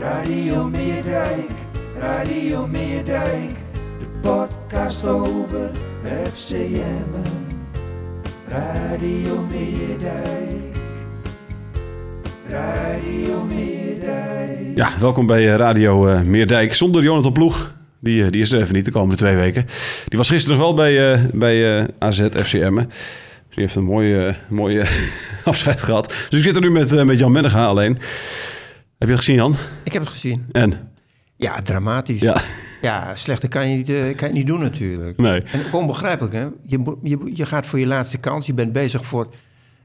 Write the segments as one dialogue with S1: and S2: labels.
S1: Radio Meerdijk, Radio Meerdijk, de podcast over FCM. Radio Meerdijk, Radio Meerdijk.
S2: Ja, welkom bij eh, Radio eh, Meerdijk. Zonder Jonathan Ploeg. Die, eh, die is er even niet de komende twee weken. Die was gisteren nog wel bij, eh bij eh AZ FCM'en. Dus die heeft een mooie, eh, mooie afscheid gehad. Dus ik zit er nu met, eh, met Jan Mennega alleen. Heb je dat gezien, Jan?
S3: Ik heb het gezien.
S2: En?
S3: Ja, dramatisch.
S2: Ja,
S3: Ja, slechter kan je, niet, eh, kan je niet doen natuurlijk.
S2: nee.
S3: En ook onbegrijpelijk, hè? Je, moet- je, moet- je gaat voor je laatste kans. Je bent bezig voor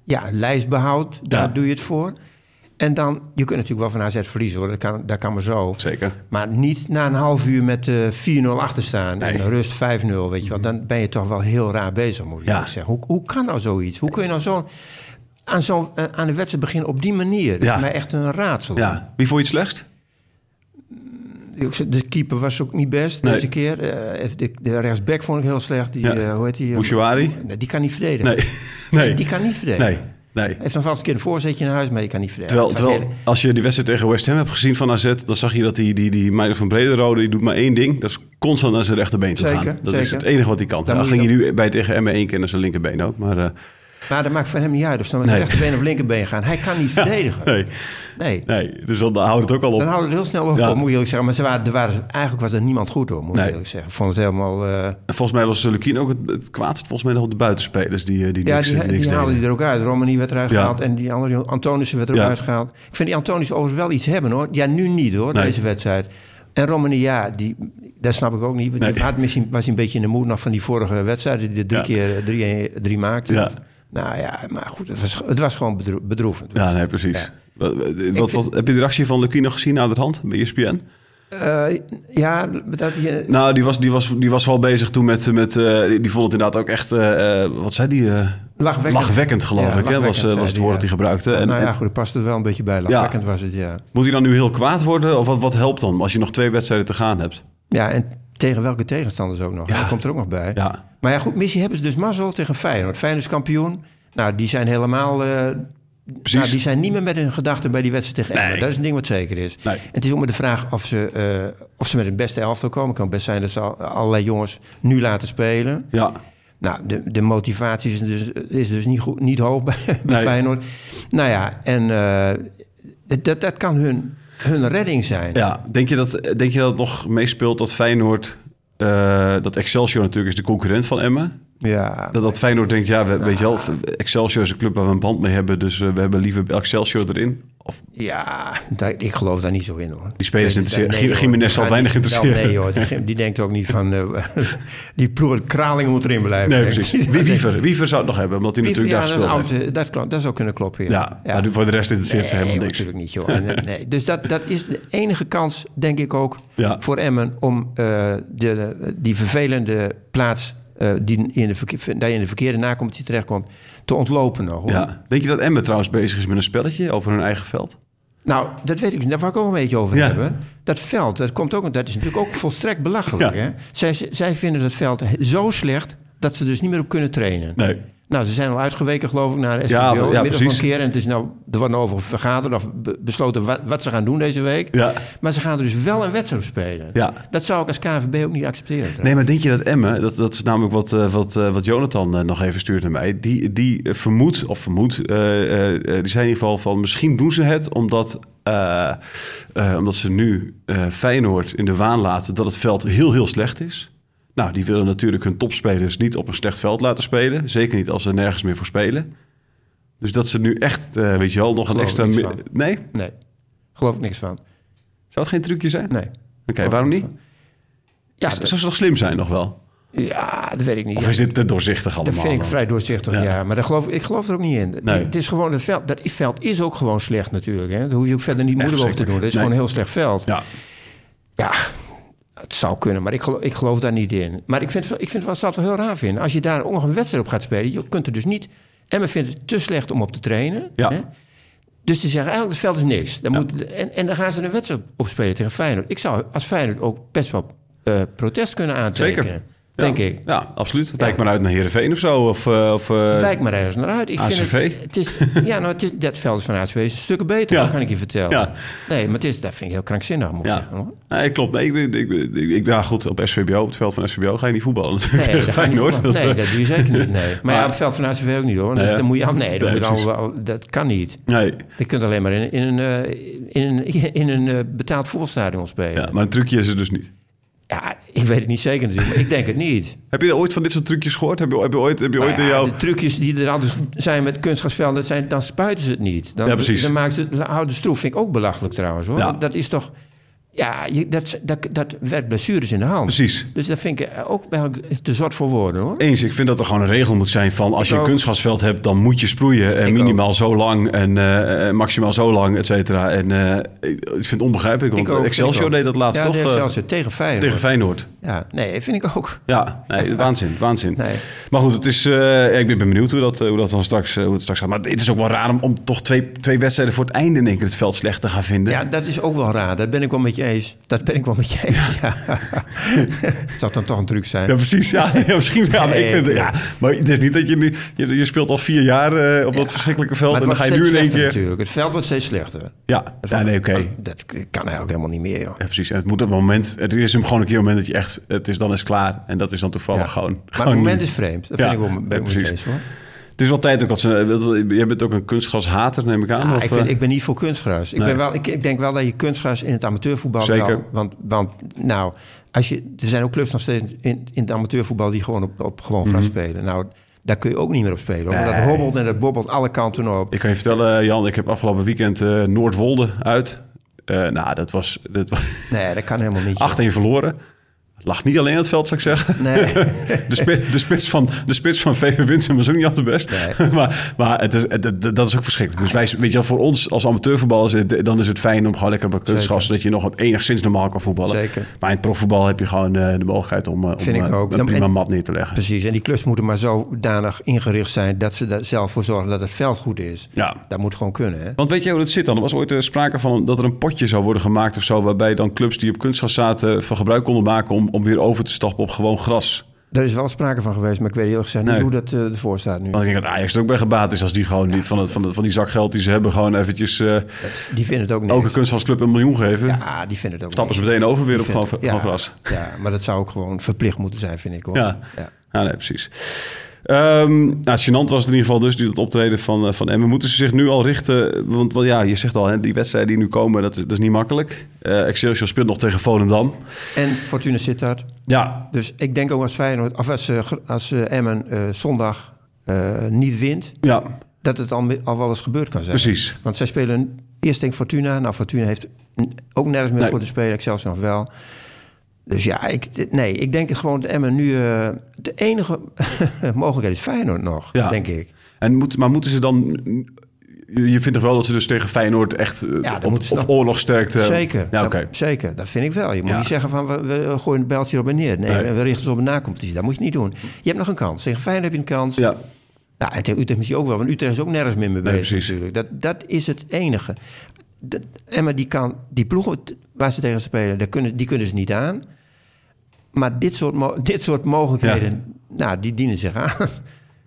S3: ja, lijstbehoud. Daar
S2: Ja.
S3: doe je het voor. En dan, je kunt natuurlijk wel van AZ verliezen hoor. Dat kan, dat kan maar zo.
S2: Zeker.
S3: Maar niet na een half uur met eh, 4-0 achter staan.
S2: Nee. Mhm.
S3: En rust 5-0, weet je wel. Dan ben je toch wel heel raar bezig, moet ik
S2: Ja.
S3: eerlijk zeggen. Hoe, hoe kan nou zoiets? Hoe kun je nou zo'n... Aan, zo'n eh, aan de wedstrijd beginnen op die manier. Dat
S2: Ja.
S3: is mij echt een raadsel.
S2: Ja. Wie vond je het slechtst?
S3: Ook zo- De keeper was ook niet best
S2: Nee.
S3: deze keer. Eh, de, de rechtsback vond ik heel slecht. Die,
S2: Ja.
S3: eh, hoe heet die? eh,
S2: Mouchouari?
S3: Nee, die kan niet verdedigen.
S2: Nee. Nee.
S3: Die kan niet verdedigen.
S2: Nee. Nee.
S3: Hij heeft dan vast een keer een voorzetje in huis, maar die kan niet verdedigen.
S2: Terwijl, terwijl als je die wedstrijd tegen West Ham hebt gezien van AZ... dan zag je dat die, die, die Meijner van Brederode... die doet maar één ding. Dat is constant naar zijn rechterbeen te gaan.
S3: Zeker,
S2: Dat is
S3: zeker.
S2: het enige wat hij kan. Dat
S3: Dan moet
S2: ging
S3: je
S2: hij nu bij tegen Emmen één keer naar zijn linkerbeen ook. Maar eh,
S3: Maar dat maakt voor hem niet uit. Dus dan met
S2: Nee.
S3: rechterbeen of linkerbeen gaan. Hij kan niet verdedigen.
S2: nee,
S3: Nee.
S2: nee, dus dan houdt het ook al op.
S3: Dan houden we het heel snel op,
S2: Ja.
S3: moet je eerlijk zeggen. Maar ze waren, er waren, eigenlijk was er niemand goed hoor, moet ik
S2: Nee.
S3: eerlijk zeggen. Ik Vond het helemaal... eh,
S2: En Volgens mij was eh, Lukien ook het, het kwaadst. Volgens mij nog op de buitenspelers die, eh, die
S3: ja,
S2: niks,
S3: die,
S2: die niks
S3: die haalde
S2: deden.
S3: hij er ook uit. Romani werd eruit
S2: Ja.
S3: gehaald en die andere Antonissen werd er ook
S2: Ja.
S3: uitgehaald. Ik vind die Antonissen overigens wel iets hebben hoor. Ja, nu niet hoor,
S2: Nee.
S3: deze wedstrijd. En Romani, ja, die, dat snap ik ook niet. want
S2: Nee.
S3: Die had misschien, was een beetje in de moed nog van die vorige wedstrijd... die de drie
S2: Ja.
S3: keer eh, drie, drie maakte.
S2: Ja.
S3: Nou ja, maar goed, het was, het was gewoon bedro- bedroevend.
S2: Ja, nee, precies.
S3: Ja.
S2: Wat, wat, wat- wat- heb je de reactie van Lukien nog gezien aan de hand bij E ESPN?
S3: Eh, ja, dat eh, je...
S2: Nou, die was, die was, die was wel bezig toen met... met eh, die, die vond het inderdaad ook echt... eh, eh, wat zei die? eh,
S3: Lachwekkend.
S2: lachwekkend, geloof
S3: Ja,
S2: ik. Hè? Was,
S3: lachwekkend,
S2: eh, was het
S3: zei
S2: woord dat hij
S3: hij,
S2: gebruikte. En,
S3: nou ja,
S2: en
S3: goed, dat past er wel een beetje bij. Lachwekkend was het, ja.
S2: moet hij dan nu heel kwaad worden? Of wat, wat helpt dan als je nog twee wedstrijden te gaan hebt?
S3: Ja, en tegen welke tegenstanders ook nog.
S2: Ja.
S3: Dat komt er ook nog bij.
S2: Ja,
S3: Maar ja, goed, missie hebben ze dus mazzel tegen Feyenoord. Feyenoord is kampioen. Nou, die zijn helemaal... eh,
S2: precies.
S3: nou, die zijn niet meer met hun gedachten bij die wedstrijd tegen Emmen.
S2: Nee.
S3: Dat is een ding wat zeker is.
S2: Nee.
S3: En het is ook maar de vraag of ze, eh, of ze met een beste elftal komen. Het kan best zijn dat ze al- allerlei jongens nu laten spelen.
S2: Ja,
S3: Nou, de, de motivatie is dus, is dus niet, goed, niet hoog bij, bij
S2: Nee.
S3: Feyenoord. Nou ja, en eh, dat, dat kan hun, hun redding zijn.
S2: ja. Denk, je dat, denk je dat het nog meespeelt dat Feyenoord... eh, dat Excelsior natuurlijk is de concurrent van Emmen.
S3: Ja.
S2: Dat, dat Feyenoord denkt, ja,
S3: Nou.
S2: we, weet je wel... Excelsior is een club waar we een band mee hebben... dus eh, we hebben liever Excelsior erin. Of,
S3: Ja, daar- ik geloof daar niet zo in hoor.
S2: Die spelers
S3: Weet je,
S2: interesseren-
S3: nee, hoor.
S2: Gimenez zal
S3: Ja,
S2: weinig
S3: die- wel,
S2: interesseren.
S3: Nee hoor, die, die denkt ook niet van... eh, die ploer Kraling moet erin blijven.
S2: nee,
S3: Denkt
S2: precies.
S3: hij.
S2: Wie- Wiever, Wiever zou het nog hebben, omdat hij
S3: Wie-
S2: natuurlijk
S3: ja,
S2: daar
S3: dat, is
S2: gespeeld heeft.
S3: oud, eh, dat, klopt, dat zou kunnen kloppen.
S2: Ja, maar voor de rest interesseert ze
S3: Nee,
S2: helemaal niks.
S3: natuurlijk niet, joh. En, eh, nee. Dus dat, dat is de enige kans, denk ik ook,
S2: Ja.
S3: voor Emmen... om eh, de, die vervelende plaats eh, die in de, verke- die in de verkeerde nacompetitie terechtkomt... te ontlopen nog. Hoor.
S2: Ja. Denk je dat Emmen trouwens bezig is met een spelletje over hun eigen veld?
S3: Nou, dat weet ik niet. Daar wou ik ook een beetje over
S2: Ja.
S3: hebben. Dat veld, dat, komt ook, dat is natuurlijk ook volstrekt belachelijk.
S2: Ja.
S3: Hè? Zij, zij vinden dat veld zo slecht dat ze dus niet meer op kunnen trainen.
S2: Nee.
S3: Nou, ze zijn al uitgeweken, geloof ik, naar de SBO.
S2: Ja, ja,
S3: inmiddels nog
S2: precies.
S3: een keer. En het is nou, er wordt nou over vergaderd of be- besloten wat, wat ze gaan doen deze week.
S2: Ja.
S3: Maar ze gaan er dus wel een wedstrijd op spelen.
S2: Ja.
S3: Dat zou ik als KNVB ook niet accepteren. trouwens.
S2: Nee, maar denk je dat Emmen, dat, dat is namelijk wat, eh, wat, eh, wat Jonathan eh, nog even stuurt naar mij, die, die eh, vermoedt, of vermoedt, eh, eh, eh, die zijn in ieder geval van misschien doen ze het omdat, eh, eh, omdat ze nu eh, Feyenoord in de waan laten dat het veld heel, heel slecht is. Nou, die willen natuurlijk hun topspelers niet op een slecht veld laten spelen. Zeker niet als ze nergens meer voor spelen. Dus dat ze nu echt, eh, weet je wel, nog een
S3: Geloof
S2: extra...
S3: ik niks
S2: mi-
S3: van.
S2: Nee?
S3: Nee, geloof ik niks van.
S2: Zou het geen trucje zijn?
S3: Nee.
S2: Oké, waarom niet?
S3: Ja,
S2: Ja, zou ze nog slim zijn nog wel?
S3: Ja, dat weet ik niet.
S2: Of is dit te doorzichtig allemaal?
S3: Dat vind ik
S2: dan?
S3: vrij doorzichtig,
S2: Ja.
S3: ja. Maar daar geloof, ik geloof er ook niet in.
S2: Nee.
S3: Het is gewoon, het veld, dat veld is ook gewoon slecht natuurlijk. Hè. Daar hoef je ook verder niet
S2: Echt
S3: moeilijk over te doen. Dat is
S2: verschrikkelijk.
S3: gewoon een heel slecht veld.
S2: Ja,
S3: Ja, het zou kunnen, maar ik geloof, ik geloof daar niet in. Maar ik vind, ik vind wat Stad wel heel raar vinden. Als je daar ook nog een wedstrijd op gaat spelen, je kunt er dus niet... Emmen vindt het te slecht om op te trainen.
S2: Ja.
S3: Hè? Dus die zeggen eigenlijk, het veld is niks. Dan moet, en, en dan gaan ze een wedstrijd op spelen tegen Feyenoord. Ik zou als Feyenoord ook best wel eh, protest kunnen aantekenen.
S2: Zeker.
S3: Denk
S2: Ja.
S3: ik.
S2: Ja, absoluut. Het
S3: Ja.
S2: lijkt maar uit naar Heerenveen of zo. Of, eh, of, eh,
S3: Wijk maar ergens naar uit. Ik
S2: ACV?
S3: Vind het, het is, ja, nou, het is, dat veld is van ACV is een stuk beter,
S2: Ja.
S3: dat kan ik je vertellen.
S2: Ja.
S3: Nee, maar het is, dat vind ik heel krankzinnig, moet ik
S2: ja.
S3: zeggen. hoor.
S2: Nee, klopt. Nee, ik, ben- ik, ben- ik, ik, ja, goed, op SVBO, op het veld van SVBO, ga je niet voetballen natuurlijk.
S3: Nee,
S2: Tegen
S3: dat, ga je niet
S2: Feyenoord.
S3: voetballen. nee, dat doe je zeker niet. Nee. Maar ja, op het veld van ACV ook niet hoor. Dus
S2: Nee, hè?
S3: dan moet je, nee, dat,
S2: Nee,
S3: moet
S2: precies.
S3: allemaal- dat kan niet.
S2: Nee.
S3: Je kunt alleen maar in, in, een, eh, in, een, in een eh, betaald voetbalstadion spelen.
S2: Ja,
S3: Ja.
S2: maar een trucje is er dus niet.
S3: ik weet het niet zeker natuurlijk, maar ik denk het niet.
S2: Heb je ooit van dit soort trucjes gehoord? Heb je, heb je ooit, heb je
S3: Nou
S2: ooit in
S3: ja,
S2: jouw...
S3: De trucjes die er altijd zijn met kunstgrasvelden, dat zijn, dan spuiten ze het niet. Dan,
S2: Ja, precies.
S3: Dan maken ze het, houden stroef, vind ik ook belachelijk trouwens. Hoor.
S2: Ja.
S3: Dat is toch... Ja, je, dat, dat, dat werkt blessures in de hand.
S2: Precies.
S3: Dus dat vind ik eh, ook eigenlijk te zot voor woorden hoor.
S2: Eens, ik vind dat er gewoon een regel moet zijn van... als je een
S3: ook.
S2: kunstgasveld hebt, dan moet je sproeien. En
S3: Ik
S2: minimaal zo lang en eh, eh, maximaal zo lang, et cetera. En eh, ik ik vind het onbegrijpelijk, want
S3: Ik ook,
S2: Excelsior
S3: vind ik ook.
S2: deed dat laatst
S3: ja,
S2: toch
S3: de
S2: eh,
S3: Excelsior tegen Feyenoord.
S2: tegen Feyenoord.
S3: Ja, nee, vind ik ook.
S2: Ja, nee, waanzin, waanzin.
S3: Nee.
S2: Maar goed, het is, eh, ik ben benieuwd hoe dat, eh, hoe dat dan straks, eh, hoe het straks gaat. Maar het is ook wel raar om, om toch twee, twee wedstrijden voor het einde in één keer het veld slecht te gaan vinden.
S3: Ja, dat is ook wel raar. Dat ben ik wel met je eens. Dat ben ik wel met je eens. Ja. Zou dan toch een truc zijn?
S2: Ja, precies. Ja, ja, misschien. Ja, maar, ik vind, het- ja, maar het is niet dat je nu... Je, je speelt al vier jaar eh, op dat verschrikkelijke veld...
S3: Maar
S2: en
S3: het
S2: dan ga
S3: wordt
S2: je nu
S3: steeds
S2: in één
S3: slechter
S2: keer...
S3: Natuurlijk. Het veld wordt steeds slechter. Oh,
S2: Ja, ja, nee, oké.
S3: Dat kan eigenlijk helemaal niet meer, joh.
S2: Ja, precies. En het moet op het moment... Het is hem gewoon een keer een moment dat je echt... Het is dan eens klaar. En dat is dan toevallig
S3: Ja.
S2: gewoon...
S3: maar
S2: gewoon
S3: het moment
S2: nu.
S3: is vreemd. Dat
S2: Ja,
S3: vind ik wel
S2: ja,
S3: ben ik met je
S2: precies.
S3: eens, hoor.
S2: Het is wel tijd ook dat ze... Je bent ook een kunstgrashater, neem ik aan.
S3: Ah,
S2: of,
S3: ik, vind,
S2: eh?
S3: ik ben niet voor kunstgras. Ik,
S2: Nee.
S3: ben wel, ik, ik denk wel dat je kunstgras in het amateurvoetbal...
S2: Zeker.
S3: wel- want, want nou, als je, er zijn ook clubs nog steeds in, in het amateurvoetbal... die gewoon op, op gewoon gras
S2: Mhm.
S3: spelen. Nou, daar kun je ook niet meer op spelen. Hoor.
S2: Nee.
S3: Dat hobbelt en dat bobbelt alle kanten op.
S2: Ik kan je vertellen, eh, Jan, ik heb afgelopen weekend eh, Noordwolde uit. Eh, nou, dat was, dat was
S3: Nee, dat kan helemaal niet. joh.
S2: 8-1 verloren. Het lag niet alleen aan het veld, zou ik zeggen.
S3: Nee.
S2: De, spi- de spits van, de spits van VV Winsum was ook niet al te best.
S3: Nee.
S2: maar maar het is, het- het- dat is ook verschrikkelijk. Dus wij, weet je wel, voor ons als amateurvoetballers... eh, dan is het fijn om gewoon lekker op een kunstgras... zodat je nog enigszins normaal kan voetballen.
S3: Zeker.
S2: Maar in het profvoetbal heb je gewoon eh, de mogelijkheid... om, eh, om
S3: Vind ik
S2: eh,
S3: ook.
S2: een
S3: Dan-
S2: prima
S3: en-
S2: mat neer te leggen.
S3: Precies, en die clubs moeten maar zodanig ingericht zijn dat ze er zelf voor zorgen dat het veld goed is.
S2: Ja.
S3: Dat moet gewoon kunnen, hè?
S2: Want weet je hoe dat zit dan? Er was ooit eh, sprake van dat er een potje zou worden gemaakt of zo... waarbij dan clubs die op kunstgras zaten van gebruik konden maken... om, om weer over te stappen op gewoon gras.
S3: Daar is wel sprake van geweest, maar ik weet heel gezegd niet
S2: Nee. Oh.
S3: hoe dat eh, ervoor staat nu.
S2: Want ik denk dat Ajax er ook bij gebaat is... als die gewoon die, van, het, van, het, van die zak geld die ze hebben... gewoon eventjes eh
S3: Die vinden het ook niks.
S2: elke kunstgrasclub een miljoen geven.
S3: Ja, Ah, die vinden het ook
S2: Stappen ze
S3: niks.
S2: meteen over weer op
S3: Die
S2: gewoon,
S3: vinden-
S2: gewoon
S3: ja,
S2: gras.
S3: Ja, maar dat zou ook gewoon verplicht moeten zijn, vind ik hoor.
S2: Ja.
S3: ja.
S2: Ja, Ah, nee, precies. Ehm nou, het gênant was het in ieder geval dus, die- dat optreden van, eh, van Emmen. Moeten ze zich nu al richten, want wel, ja, je zegt al, hè, die wedstrijden die nu komen, dat is, dat is niet makkelijk. Eh Excelsior speelt nog tegen Volendam.
S3: En Fortuna Sittard.
S2: Ja,
S3: Dus ik denk ook als Feyenoord, of als, eh, gr- als eh, Emmen eh, zondag eh, niet wint,
S2: ja,
S3: dat het al, mi- al wel eens gebeurd kan zijn.
S2: Precies.
S3: Want zij spelen eerst tegen Fortuna. Nou, Fortuna heeft n- ook nergens meer
S2: Nee.
S3: voor te spelen. Ik zelfs nog wel. Dus ja, ik, d- nee, ik denk gewoon dat Emmen nu... eh, de enige mogelijkheid is Feyenoord nog,
S2: Ja.
S3: denk ik.
S2: En moet, maar moeten ze dan... Je je vindt toch wel dat ze dus tegen Feyenoord echt eh,
S3: dan
S2: op,
S3: moeten ze
S2: op
S3: dan-
S2: oorlogsterkte...
S3: Zeker,
S2: eh, Ja,
S3: dat-
S2: oké.
S3: zeker. Dat vind ik wel. Je moet
S2: Ja.
S3: niet zeggen van we, we gooien het beltje op en neer. Nee,
S2: Nee.
S3: we richten ze op een nacompetitie. Dat moet je niet doen. Je hebt nog een kans. Tegen Feyenoord heb je een kans.
S2: Ja.
S3: Nou, en tegen Utrecht misschien ook wel, want Utrecht is ook nergens meer mee bezig.
S2: precies.
S3: Natuurlijk. Dat, dat is het enige. Dat, Emma, die, kan, die ploegen t- waar ze tegen spelen, daar kunnen, die kunnen ze niet aan. Maar dit soort, mo- dit soort mogelijkheden, nou, die dienen zich aan.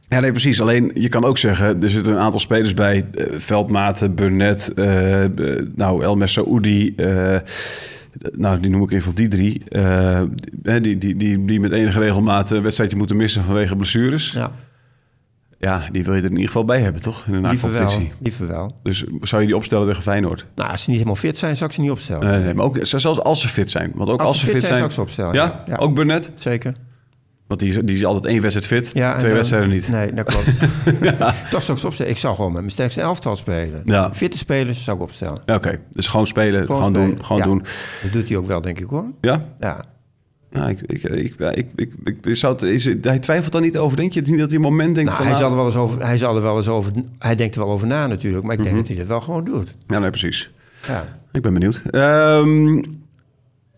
S2: ja, nee, precies. Alleen, je kan ook zeggen... Er zitten een aantal spelers bij. eh, Veldmaten, Burnett, eh, eh, nou, El Saoudi... eh, nou, die noem ik even die drie. eh, hè, die, die, die, die met enige regelmaat een wedstrijdje moeten missen vanwege blessures. Ja.
S3: Ja,
S2: die wil je er in ieder geval bij hebben, toch? In een
S3: liever wel,
S2: competitie.
S3: liever wel.
S2: Dus zou je die opstellen tegen Feyenoord?
S3: Nou, als ze niet helemaal fit zijn, zou ik ze niet opstellen.
S2: Eh, Nee, nee, maar ook, zelfs als ze fit zijn. Want ook als, ze fit, zijn...
S3: zou ik ze opstellen,
S2: Ja?
S3: ja. Ja.
S2: Ook Burnett?
S3: Zeker.
S2: Want die, die is altijd één wedstrijd fit,
S3: Ja, en
S2: twee
S3: dan-
S2: wedstrijden niet.
S3: Nee, dat klopt. Toch zou ik ze opstellen. Ik zou gewoon met mijn sterkste elftal spelen.
S2: Ja.
S3: Fitte spelers zou ik opstellen.
S2: Ja, Oké, dus gewoon spelen, gewoon,
S3: spelen.
S2: doen, gewoon
S3: Ja.
S2: doen.
S3: Dat doet hij ook wel, denk ik hoor.
S2: Ja?
S3: Ja.
S2: Ja, ik, ik, ik, ik, ik, ik- ik zou het, is, het- hij twijfelt daar niet over. Denk je het niet dat hij een moment denkt
S3: Nou,
S2: van...
S3: hij,
S2: nou-
S3: zal er wel eens over, hij zal er wel eens over... Hij denkt er wel over na natuurlijk, maar ik
S2: Mhm.
S3: denk dat hij dat wel gewoon doet.
S2: Ja, nee, precies.
S3: Ja.
S2: Ik ben benieuwd. Ehm,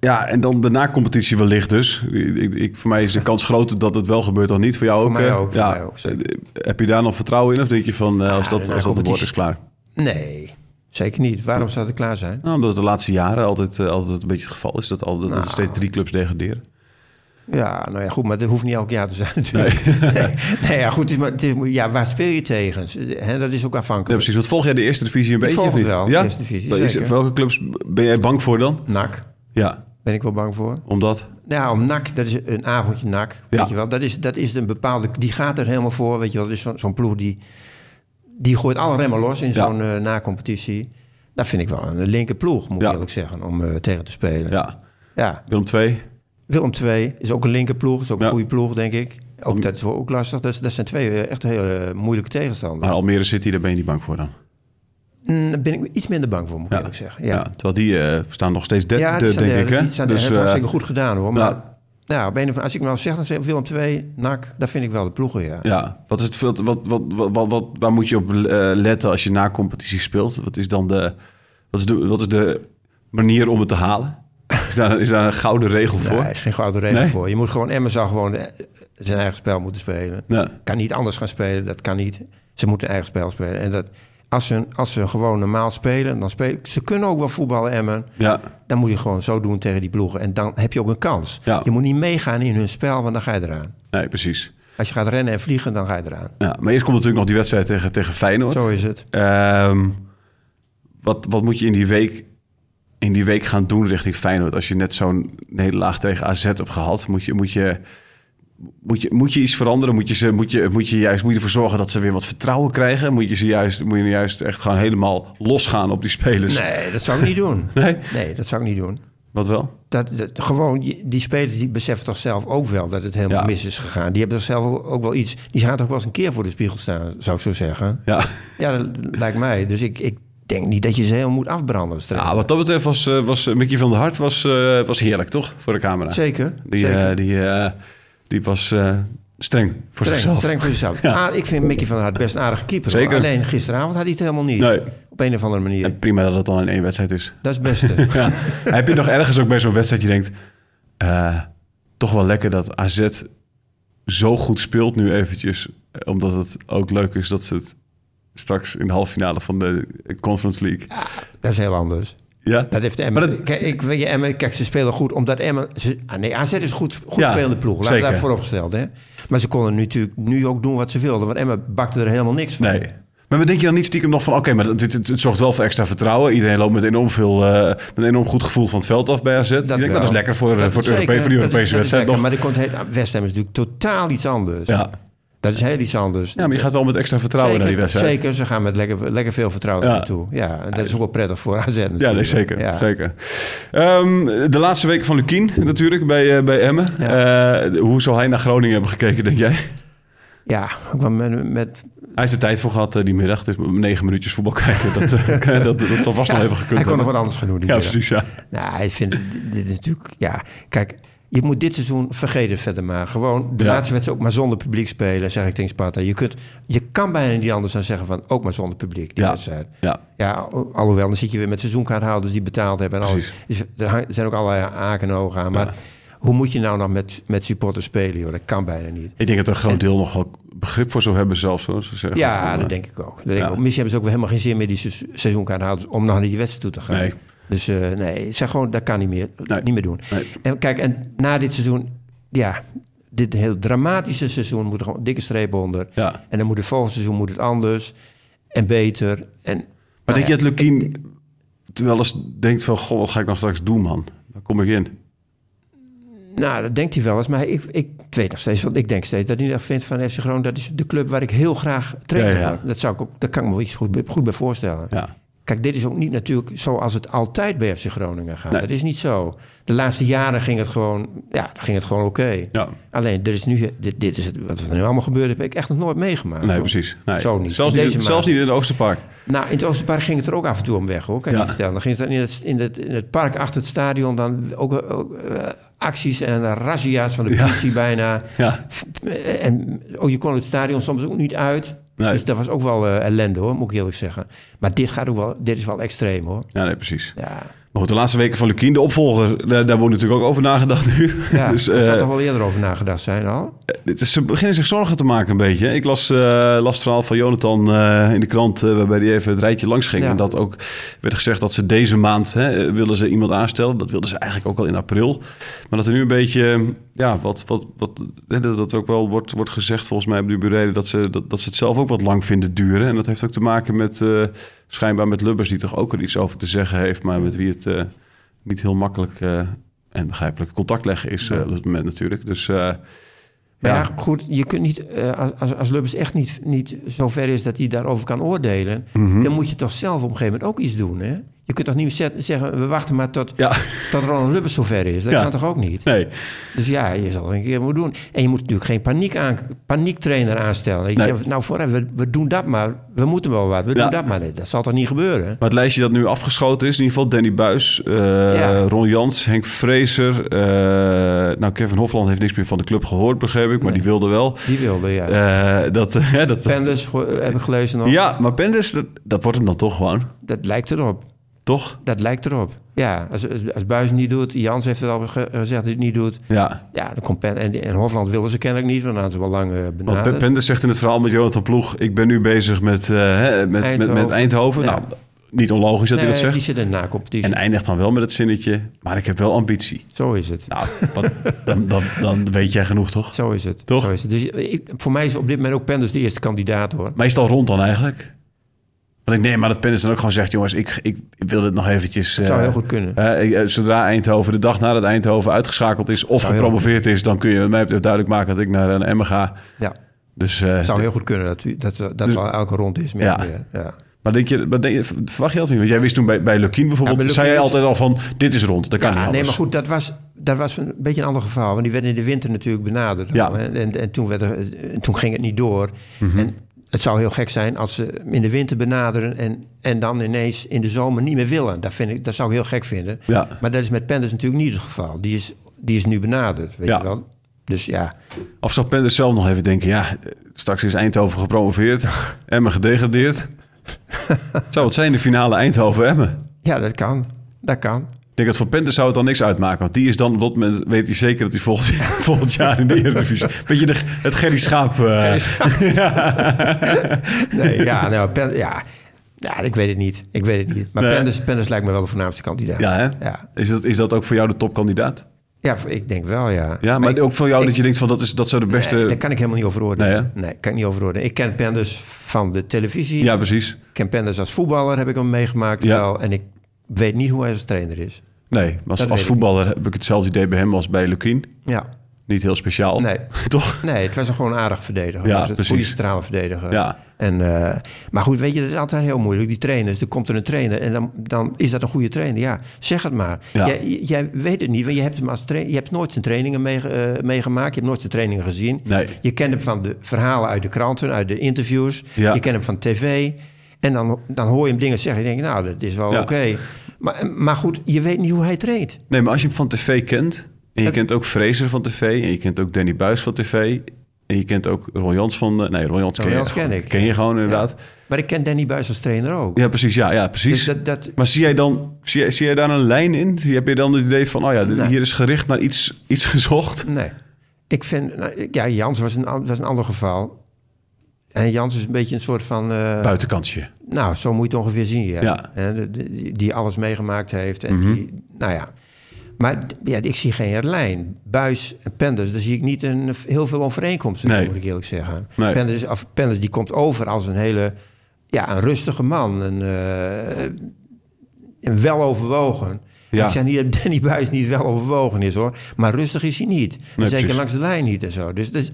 S2: ja, en dan de na-competitie wellicht dus. Ik, ik, voor mij is de kans groter dat het wel gebeurt dan niet. Voor jou
S3: Voor
S2: ook,
S3: mij
S2: hè?
S3: ook, voor
S2: ja.
S3: mij ook, zeker.
S2: Heb je daar nog vertrouwen in? Of denk je van, eh, als
S3: Ja,
S2: dat,
S3: de
S2: als dat het woord is
S3: na-competitie-
S2: klaar?
S3: Nee, zeker niet. Waarom zou het klaar zijn?
S2: Nou, omdat het de laatste jaren altijd, eh, altijd een beetje het geval is. Dat, al, dat
S3: Nou.
S2: er steeds drie clubs degraderen.
S3: Ja, nou ja, goed, maar dat hoeft niet elk jaar te zijn natuurlijk. Nee, Nee, ja, goed, het is maar, het is, ja, waar speel je tegen? Hè, dat is ook
S2: Ja,
S3: afhankelijk.
S2: precies. Wat volg jij de eerste divisie een
S3: Ik
S2: beetje
S3: volg
S2: of niet?
S3: het wel, de
S2: ja?
S3: eerste divisie,
S2: Wat is-
S3: zeker.
S2: welke clubs ben jij bang voor dan?
S3: NAC,
S2: Ja,
S3: ben ik wel bang voor.
S2: omdat...
S3: Nou, om NAC, dat is een avondje NAC,
S2: Ja.
S3: weet je wel. Dat is, dat is een bepaalde, die gaat er helemaal voor, weet je wel. Dat is zo- zo'n ploeg die, die gooit alle remmen los in
S2: Ja.
S3: zo'n eh, nacompetitie. Dat vind ik wel een linker ploeg, moet
S2: Ja.
S3: ik eerlijk zeggen, om eh, tegen te spelen.
S2: Ja,
S3: ja.
S2: Willem 2.
S3: Willem II is ook een linkerploeg, is ook
S2: Ja.
S3: een goede ploeg, denk ik. Ook dat is wel ook lastig. Dat, is- dat zijn twee eh, echt hele eh, moeilijke
S2: Maar
S3: tegenstanders.
S2: Almere City, daar ben je niet bang voor dan?
S3: Mm, Daar ben ik iets minder bang voor, moet ik eerlijk zeggen.
S2: Ja.
S3: Ja,
S2: terwijl die eh, staan nog steeds derde,
S3: ja, die
S2: denk
S3: staan
S2: ik.
S3: derde.
S2: Hè?
S3: Die staan derde.
S2: Dus,
S3: Hebben
S2: eh,
S3: hartstikke goed gedaan, hoor. Maar
S2: nou.
S3: nou, op een of andere- als ik nou zeg, dan zeg ik Willem II, NAC, daar vind ik wel de ploegen, ja.
S2: ja, wat is het, wat, wat, wat, wat, wat, waar moet je op eh, letten als je na competitie speelt? Wat is dan de, wat is de, wat is de manier om het te halen? Is daar, is daar een gouden regel
S3: Nee,
S2: voor?
S3: er is geen gouden regel
S2: Nee?
S3: voor. Je moet gewoon, Emmen zou gewoon eh, zijn eigen spel moeten spelen.
S2: Nee.
S3: Kan niet anders gaan spelen, dat kan niet. Ze moeten eigen spel spelen. En dat, als, ze, als ze gewoon normaal spelen, dan spelen... Ze kunnen ook wel voetballen, Emmen.
S2: Ja,
S3: Dan moet je gewoon zo doen tegen die ploegen. En dan heb je ook een kans.
S2: Ja.
S3: Je moet niet meegaan in hun spel, want dan ga je eraan.
S2: nee, precies.
S3: Als je gaat rennen en vliegen, dan ga je eraan.
S2: Ja, maar eerst komt natuurlijk nog die wedstrijd tegen, tegen Feyenoord.
S3: Zo is het.
S2: Ehm, wat, wat moet je in die, week, in die week gaan doen richting Feyenoord? Als je net zo'n nederlaag tegen AZ hebt gehad, moet je, moet je, moet je, moet je iets veranderen? Moet je, ze, moet, je, moet, je juist, moet je ervoor zorgen dat ze weer wat vertrouwen krijgen? Moet je ze juist, moet je juist echt gewoon helemaal losgaan op die spelers?
S3: Nee, dat zou ik niet doen.
S2: Nee?
S3: Nee, dat zou ik niet doen.
S2: Wat wel?
S3: Dat, dat- gewoon, je- die spelers die beseffen toch zelf ook wel dat het helemaal
S2: Ja.
S3: mis is gegaan. Die hebben toch zelf ook, ook wel iets. Die gaan toch wel eens een keer voor de spiegel staan, zou ik zo zeggen.
S2: Ja.
S3: Ja, dat lijkt mij. Dus ik, ik denk niet dat je ze helemaal moet afbranden. als trainer.
S2: ja, wat dat betreft was, eh, was eh, Mickey van der Hart was, eh, was heerlijk, toch? Voor de camera.
S3: Zeker.
S2: Die,
S3: zeker.
S2: eh, die, eh, die was eh, streng voor
S3: Streng,
S2: zichzelf.
S3: streng voor jezelf.
S2: Ja.
S3: Ah, ik vind Mickey van der Hart best een aardige keeper. hoor.
S2: Zeker.
S3: Alleen gisteravond had hij het helemaal niet.
S2: Nee.
S3: Op een of andere manier.
S2: En prima dat het dan in één wedstrijd is.
S3: Dat is het beste.
S2: Ja. Heb je nog ergens ook bij zo'n wedstrijd je denkt... eh, toch wel lekker dat AZ zo goed speelt nu eventjes. Omdat het ook leuk is dat ze het straks in de halve finale van de Conference League...
S3: dat is heel anders.
S2: Ja,
S3: Dat heeft
S2: Maar
S3: Emmen.
S2: dat-
S3: Kijk, ik, weet je, Emmen, kijk, ze spelen goed omdat Emmen... Ze, ah nee, AZ is een goed, goed
S2: Ja,
S3: spelende ploeg. Laat
S2: zeker.
S3: dat vooropgesteld, hè. Maar ze konden nu natuurlijk nu ook doen wat ze wilden. Want Emmen bakte er helemaal niks van.
S2: nee. Maar bedenk je dan niet stiekem nog van... Oké, maar dit, dit- het zorgt wel voor extra vertrouwen. Iedereen loopt met enorm, veel, eh, met een enorm goed gevoel van het veld af bij AZ. Dat, denkt,
S3: wel.
S2: dat is lekker voor, eh,
S3: Dat
S2: voor, het
S3: is zeker.
S2: Europese, voor die
S3: Dat is-
S2: Europese
S3: dat is
S2: wedstrijd nog.
S3: lekker. Maar de komt heel, ah, West Ham is natuurlijk totaal iets anders.
S2: Ja.
S3: Dat is heel iets anders.
S2: Dus ja, maar je gaat wel met extra vertrouwen
S3: zeker,
S2: naar die wedstrijd.
S3: Zeker, ze gaan met lekker, lekker veel vertrouwen
S2: Ja.
S3: naartoe. Ja, en dat is ook wel prettig voor AZ natuurlijk.
S2: Ja, nee, zeker.
S3: Ja.
S2: zeker. Ehm, de laatste week van Lukien natuurlijk bij, eh, bij Emmen. Eh, hoe zou hij naar Groningen hebben gekeken, denk jij?
S3: Ja, ook wel met, met,
S2: Hij heeft er tijd voor gehad eh, die middag. Dus negen minuutjes voetbal kijken, dat, eh, dat, dat zal vast nog even gekund
S3: hij kon nog
S2: hebben.
S3: wat anders gaan doen. die
S2: Ja,
S3: middag.
S2: precies, ja.
S3: Nou, hij vindt, dit- dit is natuurlijk, ja, kijk, je moet dit seizoen vergeten verder maar. Gewoon de
S2: Ja.
S3: laatste wedstrijd ook maar zonder publiek spelen, zeg ik tegen Sparta. Je, kunt, je kan bijna niet anders dan zeggen van, ook maar zonder publiek die
S2: Ja.
S3: wedstrijd.
S2: Ja,
S3: Ja, al- alhoewel, dan zit je weer met seizoenkaarthouders die betaald hebben en alles.
S2: Precies.
S3: Dus er hang- zijn ook allerlei haken en ogen aan, maar...
S2: Ja.
S3: Hoe moet je nou nog met, met supporters spelen, joh? Dat kan bijna niet.
S2: ik denk dat er een groot deel nog wel begrip voor zou hebben zelfs. Hoor, ze zeggen.
S3: Ja,
S2: Van,
S3: dat
S2: eh,
S3: denk ik ook. Dat denk ik
S2: Ja.
S3: ook. Misschien hebben ze ook weer helemaal geen zin meer, die se- seizoenkaarthouders, om nog naar die wedstrijd toe te gaan.
S2: Nee.
S3: Dus eh, nee, zeg gewoon, dat kan niet meer,
S2: Nee.
S3: niet meer doen.
S2: Nee.
S3: En kijk, en na dit seizoen, ja, dit heel dramatische seizoen moet er gewoon dikke streep onder.
S2: Ja.
S3: En dan moet het volgend seizoen moet het anders en beter.
S2: Maar
S3: En, nou
S2: denk
S3: ja,
S2: je dat Lukien wel eens denkt van... Goh, wat ga ik nou straks doen, man? Waar kom ik in?
S3: Nou, dat denkt hij wel eens, maar ik, ik weet nog steeds, want ik denk steeds dat hij nog vindt van FC Groningen, dat is de club waar ik heel graag trainer
S2: Ja, ja.
S3: word. Dat zou ik ook, daar kan ik me wel iets goed, bij- goed bij voorstellen.
S2: Ja.
S3: Kijk, dit is ook niet natuurlijk zoals het altijd bij FC Groningen gaat.
S2: Nee.
S3: Dat is niet zo. De laatste jaren ging het gewoon, ja, ging het gewoon oké.
S2: Ja.
S3: Alleen, er is nu, dit, dit is het, wat er nu allemaal gebeurt, heb ik echt nog nooit meegemaakt.
S2: Nee,
S3: hoor.
S2: precies. Nee.
S3: Zo niet.
S2: Zelfs,
S3: Op
S2: niet,
S3: deze
S2: zelfs
S3: manier.
S2: niet in het Oosterpark.
S3: Nou, in het Oosterpark ging het er ook af en toe om weg, hoor. Kan ik
S2: Ja.
S3: je vertellen. Dan ging het in het, in, het, in het park achter het stadion dan ook, ook, eh, acties en razzia's van de
S2: Ja.
S3: politie bijna.
S2: Ja.
S3: En oh, je kon het stadion soms ook niet uit.
S2: Nee.
S3: Dus dat was ook wel eh, ellende, hoor, moet ik eerlijk zeggen. Maar dit, gaat ook wel, dit is wel extreem, hoor.
S2: ja, nee, precies.
S3: Ja,
S2: Maar goed, de laatste weken van Lukien, de opvolger, daar, daar wordt natuurlijk ook over nagedacht nu.
S3: ja
S2: dus,
S3: er zou
S2: eh,
S3: toch wel eerder over nagedacht zijn al?
S2: Dit is- ze beginnen zich zorgen te maken een beetje. Ik las, eh, las het verhaal van Jonathan eh, in de krant... eh, waarbij hij even het rijtje langs ging.
S3: Ja.
S2: En dat ook werd gezegd dat ze deze maand... Hè, eh, willen ze iemand aanstellen. Dat wilden ze eigenlijk ook al in april. Maar dat er nu een beetje... eh, Ja, wat, wat, wat, hè, dat dat ook wel wordt, wordt gezegd volgens mij op de bureau... Dat ze, dat, dat ze het zelf ook wat lang vinden duren. En dat heeft ook te maken met... eh, schijnbaar met Lubbers, die toch ook er iets over te zeggen heeft... maar met wie het eh, niet heel makkelijk... eh, en begrijpelijk contact leggen is eh, op dit moment natuurlijk. Dus... eh,
S3: Maar ja,
S2: ja.
S3: goed, je kunt niet, eh, als- als, als Lubbers echt niet, niet zo ver is dat hij daarover kan oordelen,
S2: Mhm.
S3: dan moet je toch zelf op een gegeven moment ook iets doen. Hè? Je kunt toch niet zet- zeggen, we wachten maar tot,
S2: Ja.
S3: tot Ronald Lubbers zo ver is. Dat
S2: Ja.
S3: kan toch ook niet?
S2: Nee,
S3: Dus ja, je zal het een keer moeten doen. En je moet natuurlijk geen paniek aan, paniektrainer aanstellen. Je
S2: Nee.
S3: zegt, nou vooruit, we, we doen dat maar, we moeten wel wat, we
S2: Ja.
S3: doen dat maar. Nee, Dat zal toch niet gebeuren?
S2: maar het lijstje dat nu afgeschoten is, in ieder geval Danny Buis, eh,
S3: Ja.
S2: Ron Jans, Henk Vrezer. eh, nou, Kevin Hofland heeft niks meer van de club gehoord, begreep ik, maar die wilde wel.
S3: Die wilde, ja.
S2: Eh, dat, hè, dat, dat-
S3: Penders eh, heb ik gelezen nog.
S2: ja, maar Penders, dat, dat wordt hem dan toch gewoon,
S3: Dat lijkt erop.
S2: toch?
S3: Dat lijkt erop. Ja, als, als, als Buijs het niet doet, Jans heeft het al ge- gezegd dat hij het niet doet.
S2: Ja,
S3: Ja, de compen en, en Hofland wilden ze kennelijk niet, want dan hadden ze wel lang eh
S2: want Pe-
S3: benaderd.
S2: Penders zegt in het verhaal met Jonathan Ploeg, ik ben nu bezig met, eh, hè, met, met, met
S3: Eindhoven.
S2: Eindhoven.
S3: Ja.
S2: Nou, niet onlogisch dat
S3: Nee,
S2: hij dat
S3: die
S2: zegt.
S3: zitten in de na-competitie.
S2: En eindigt dan wel met het zinnetje, maar ik heb wel ambitie.
S3: Zo is het.
S2: Nou, wat, dan, dan, dan weet jij genoeg, toch?
S3: Zo is het.
S2: Toch?
S3: Zo is het. Dus ik, voor mij is op dit moment ook Penders de eerste kandidaat, hoor.
S2: meestal rond dan eigenlijk. Want ik neem maar dat Pennis dan ook gewoon zegt... jongens, ik, ik, ik wil dit nog eventjes...
S3: Het zou heel goed kunnen.
S2: eh, ik- eh, zodra Eindhoven, de dag nadat Eindhoven uitgeschakeld is... of
S3: Zou heel
S2: gepromoveerd is, dan kun je mij betreft duidelijk maken... dat ik naar een Emmen ga.
S3: Ja,
S2: Dus, eh,
S3: het zou heel goed kunnen dat u- dat, dat wel elke rond is. Meer
S2: Dus- Ja.
S3: ja. Meer. ja.
S2: Maar denk je, maar denk je- verwacht je dat niet? Want jij wist toen bij, bij Lukien bijvoorbeeld...
S3: Ja, bij
S2: zei jij
S3: Lukien
S2: altijd al van, dit is rond, dat kan
S3: Ja,
S2: niet
S3: nee,
S2: anders.
S3: maar goed, dat was, dat was een beetje een ander geval. Want die werden in de winter natuurlijk benaderd.
S2: Ja. Mhm.
S3: hè. En, en, toen werd er, en toen ging het niet door. En het zou heel gek zijn als ze hem in de winter benaderen... En, en dan ineens in de zomer niet meer willen. Dat, vind ik, dat zou ik heel gek vinden.
S2: Ja.
S3: Maar dat is met Penders natuurlijk niet het geval. Die is, die is nu benaderd, weet
S2: Ja.
S3: je wel. Dus ja,
S2: Of zou Penders zelf nog even denken... ja, eh, straks is Eindhoven gepromoveerd, Emmen gedegradeerd. zou het zijn, de finale Eindhoven-Emmen?
S3: ja dat kan. Dat kan.
S2: Ik denk dat voor Pente zou het dan niks uitmaken. Want die is dan op dat moment, weet hij zeker dat hij volgend, jaar- volgend jaar in de Eredivisie... Beetje de, het Gerry Schaap... eh,
S3: Nee, ja, nou, Pen- ja. ja, ik weet het niet. Ik weet het niet. Maar
S2: Nee.
S3: Penders, Penders lijkt me wel de voornaamste kandidaat.
S2: ja, hè?
S3: Ja.
S2: Is, dat, is dat ook voor jou de topkandidaat?
S3: Ja, ik denk wel, ja.
S2: Ja, maar
S3: ik-
S2: ook voor jou
S3: ik-
S2: dat je denkt van dat, is, dat zou de beste...
S3: Nee, daar kan ik helemaal niet over
S2: Nee,
S3: oordelen.
S2: hè?
S3: Nee, kan ik niet over oordelen. Ik ken Penders van de televisie.
S2: ja, precies.
S3: Ik ken Penders als voetballer, heb ik hem meegemaakt
S2: Ja.
S3: wel. En ik weet niet hoe hij als trainer is.
S2: Nee, maar als,
S3: weet
S2: als
S3: ik
S2: voetballer heb ik hetzelfde idee bij hem als bij Lukien.
S3: Ja.
S2: Niet heel speciaal.
S3: Nee.
S2: Toch?
S3: Nee, het was een gewoon aardig verdediger.
S2: Ja,
S3: Ja, precies. Een goede
S2: precies.
S3: centrale verdediger.
S2: Ja.
S3: En, eh, maar goed, weet je, dat is altijd heel moeilijk, die trainers. Er komt er een trainer en dan, dan is dat een goede trainer. Ja, zeg het maar.
S2: Ja.
S3: Jij, jij weet het niet, want je hebt, hem als tra- je hebt nooit zijn trainingen meege- eh, meegemaakt. Je hebt nooit zijn trainingen gezien.
S2: Nee.
S3: Je kent hem van de verhalen uit de kranten, uit de interviews.
S2: Ja.
S3: Je kent hem van tv. En dan, dan hoor je hem dingen zeggen. Je denkt, nou, dat is wel
S2: Ja.
S3: oké. Maar, maar goed, je weet niet hoe hij traint.
S2: Nee, maar als je hem van tv kent... en je
S3: Het-
S2: kent ook Fraser van tv... en je kent ook Danny Buis van tv... en je kent ook Ron Jans van... eh, Nee, Ron Jans,
S3: Ron
S2: ken,
S3: Jans
S2: je,
S3: ken ik.
S2: Ken je gewoon inderdaad.
S3: Maar ik ken Danny Buis als trainer ook.
S2: Ja, precies. Ja, ja precies.
S3: Dus dat, dat,
S2: Maar zie jij dan, zie jij, zie jij daar een lijn in? Zie- Heb je dan het idee van, oh ja, dit-
S3: Nee.
S2: hier is gericht naar iets, iets gezocht?
S3: Nee. Ik vind, nou, ik- ja, Jans was een, an- was een ander geval. En Jans is een beetje een soort van, eh,
S2: Buitenkantje.
S3: nou, zo moet je het ongeveer zien, ja.
S2: Ja. Mhm.
S3: Hè, de- de- die alles meegemaakt heeft en die, nou ja. Maar d- ja, ik zie geen lijn. Buis en Penders, daar zie ik niet een, heel veel overeenkomsten,
S2: Nee.
S3: moet ik eerlijk zeggen.
S2: Nee.
S3: Penders, of, Penders die komt over als een hele, ja, een rustige man. Een, eh, een weloverwogen.
S2: Ja.
S3: Ik zeg niet dat Danny Buis niet wel overwogen is hoor. Maar rustig is hij niet. En
S2: Nee,
S3: zeker
S2: precies.
S3: langs de lijn niet en zo. Dus, dus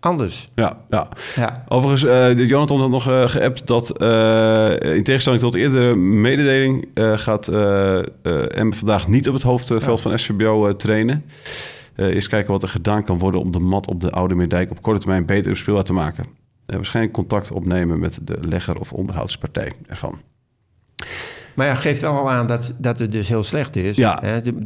S3: anders.
S2: Ja, ja.
S3: Ja.
S2: Overigens, eh, Jonathan had nog eh, geappt dat eh, in tegenstelling tot eerdere mededeling eh, gaat eh M vandaag niet op het hoofdveld van SVBO eh, trainen. Eh, eerst kijken wat er gedaan kan worden om de mat op de Oude Meerdijk op korte termijn beter bespeelbaar te maken. Eh, waarschijnlijk contact opnemen met de legger of onderhoudspartij ervan.
S3: Maar ja, geeft wel al aan dat, dat het dus heel slecht is.
S2: Ja.
S3: Hè, de-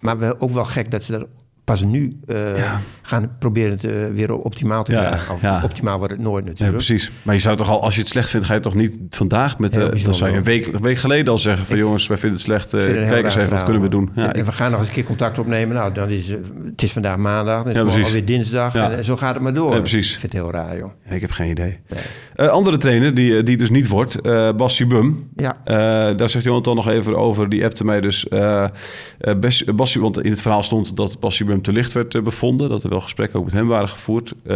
S3: maar wel, ook wel gek dat ze dat pas nu eh,
S2: Ja.
S3: gaan proberen het eh, weer optimaal te
S2: Ja,
S3: krijgen. Of
S2: ja.
S3: Optimaal wordt het nooit
S2: Ja,
S3: natuurlijk.
S2: precies. Maar je zou toch al, als je het slecht vindt, ga je toch niet vandaag met.
S3: Heel
S2: eh dan
S3: bijzonder.
S2: zou je een week, een week geleden al zeggen: van
S3: Ik
S2: jongens, wij vinden het slecht. eh,
S3: Ik vind het een
S2: kijk eens
S3: heel
S2: even,
S3: raar
S2: wat kunnen we
S3: verhaal.
S2: doen? Ja,
S3: en
S2: ik-
S3: we gaan nog eens een keer contact opnemen. Nou, dan is, eh, het is vandaag maandag, dan is
S2: Ja,
S3: het morgen
S2: precies.
S3: alweer dinsdag.
S2: Ja.
S3: En, eh, zo gaat het maar door.
S2: Ja, precies.
S3: Ik vind het heel raar, joh.
S2: ik heb geen idee. Eh, andere trainer die, eh, die het dus niet wordt, eh Bas Sibum.
S3: Ja,
S2: Eh, daar zegt Jonathan nog even over. Die appte mij dus. eh, eh, Bas- eh, Bas- want in het verhaal stond dat Bassibum te licht werd eh, bevonden. Dat er wel gesprekken ook met hem waren gevoerd. Eh,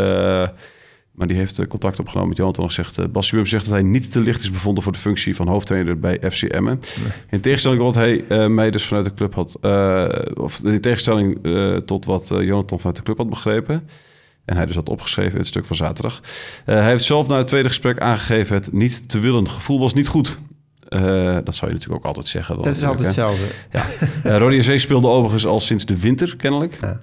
S2: maar die heeft eh, contact opgenomen met Jonathan. En zegt, eh Bassibum zegt dat hij niet te licht is bevonden voor de functie van hoofdtrainer bij FC Emmen. In tegenstelling tot wat hij eh, mij dus vanuit de club had. eh, of in tegenstelling eh, tot wat eh, Jonathan vanuit de club had begrepen. En hij dus had opgeschreven in het stuk van zaterdag. Eh, hij heeft zelf na het tweede gesprek aangegeven het niet te willen. Gevoel was niet goed. Eh, dat zou je natuurlijk ook altijd zeggen. dan
S3: dat is
S2: natuurlijk,
S3: altijd
S2: hè.
S3: hetzelfde.
S2: Eh, Rode JC speelde overigens al sinds de winter, kennelijk.
S3: Ja.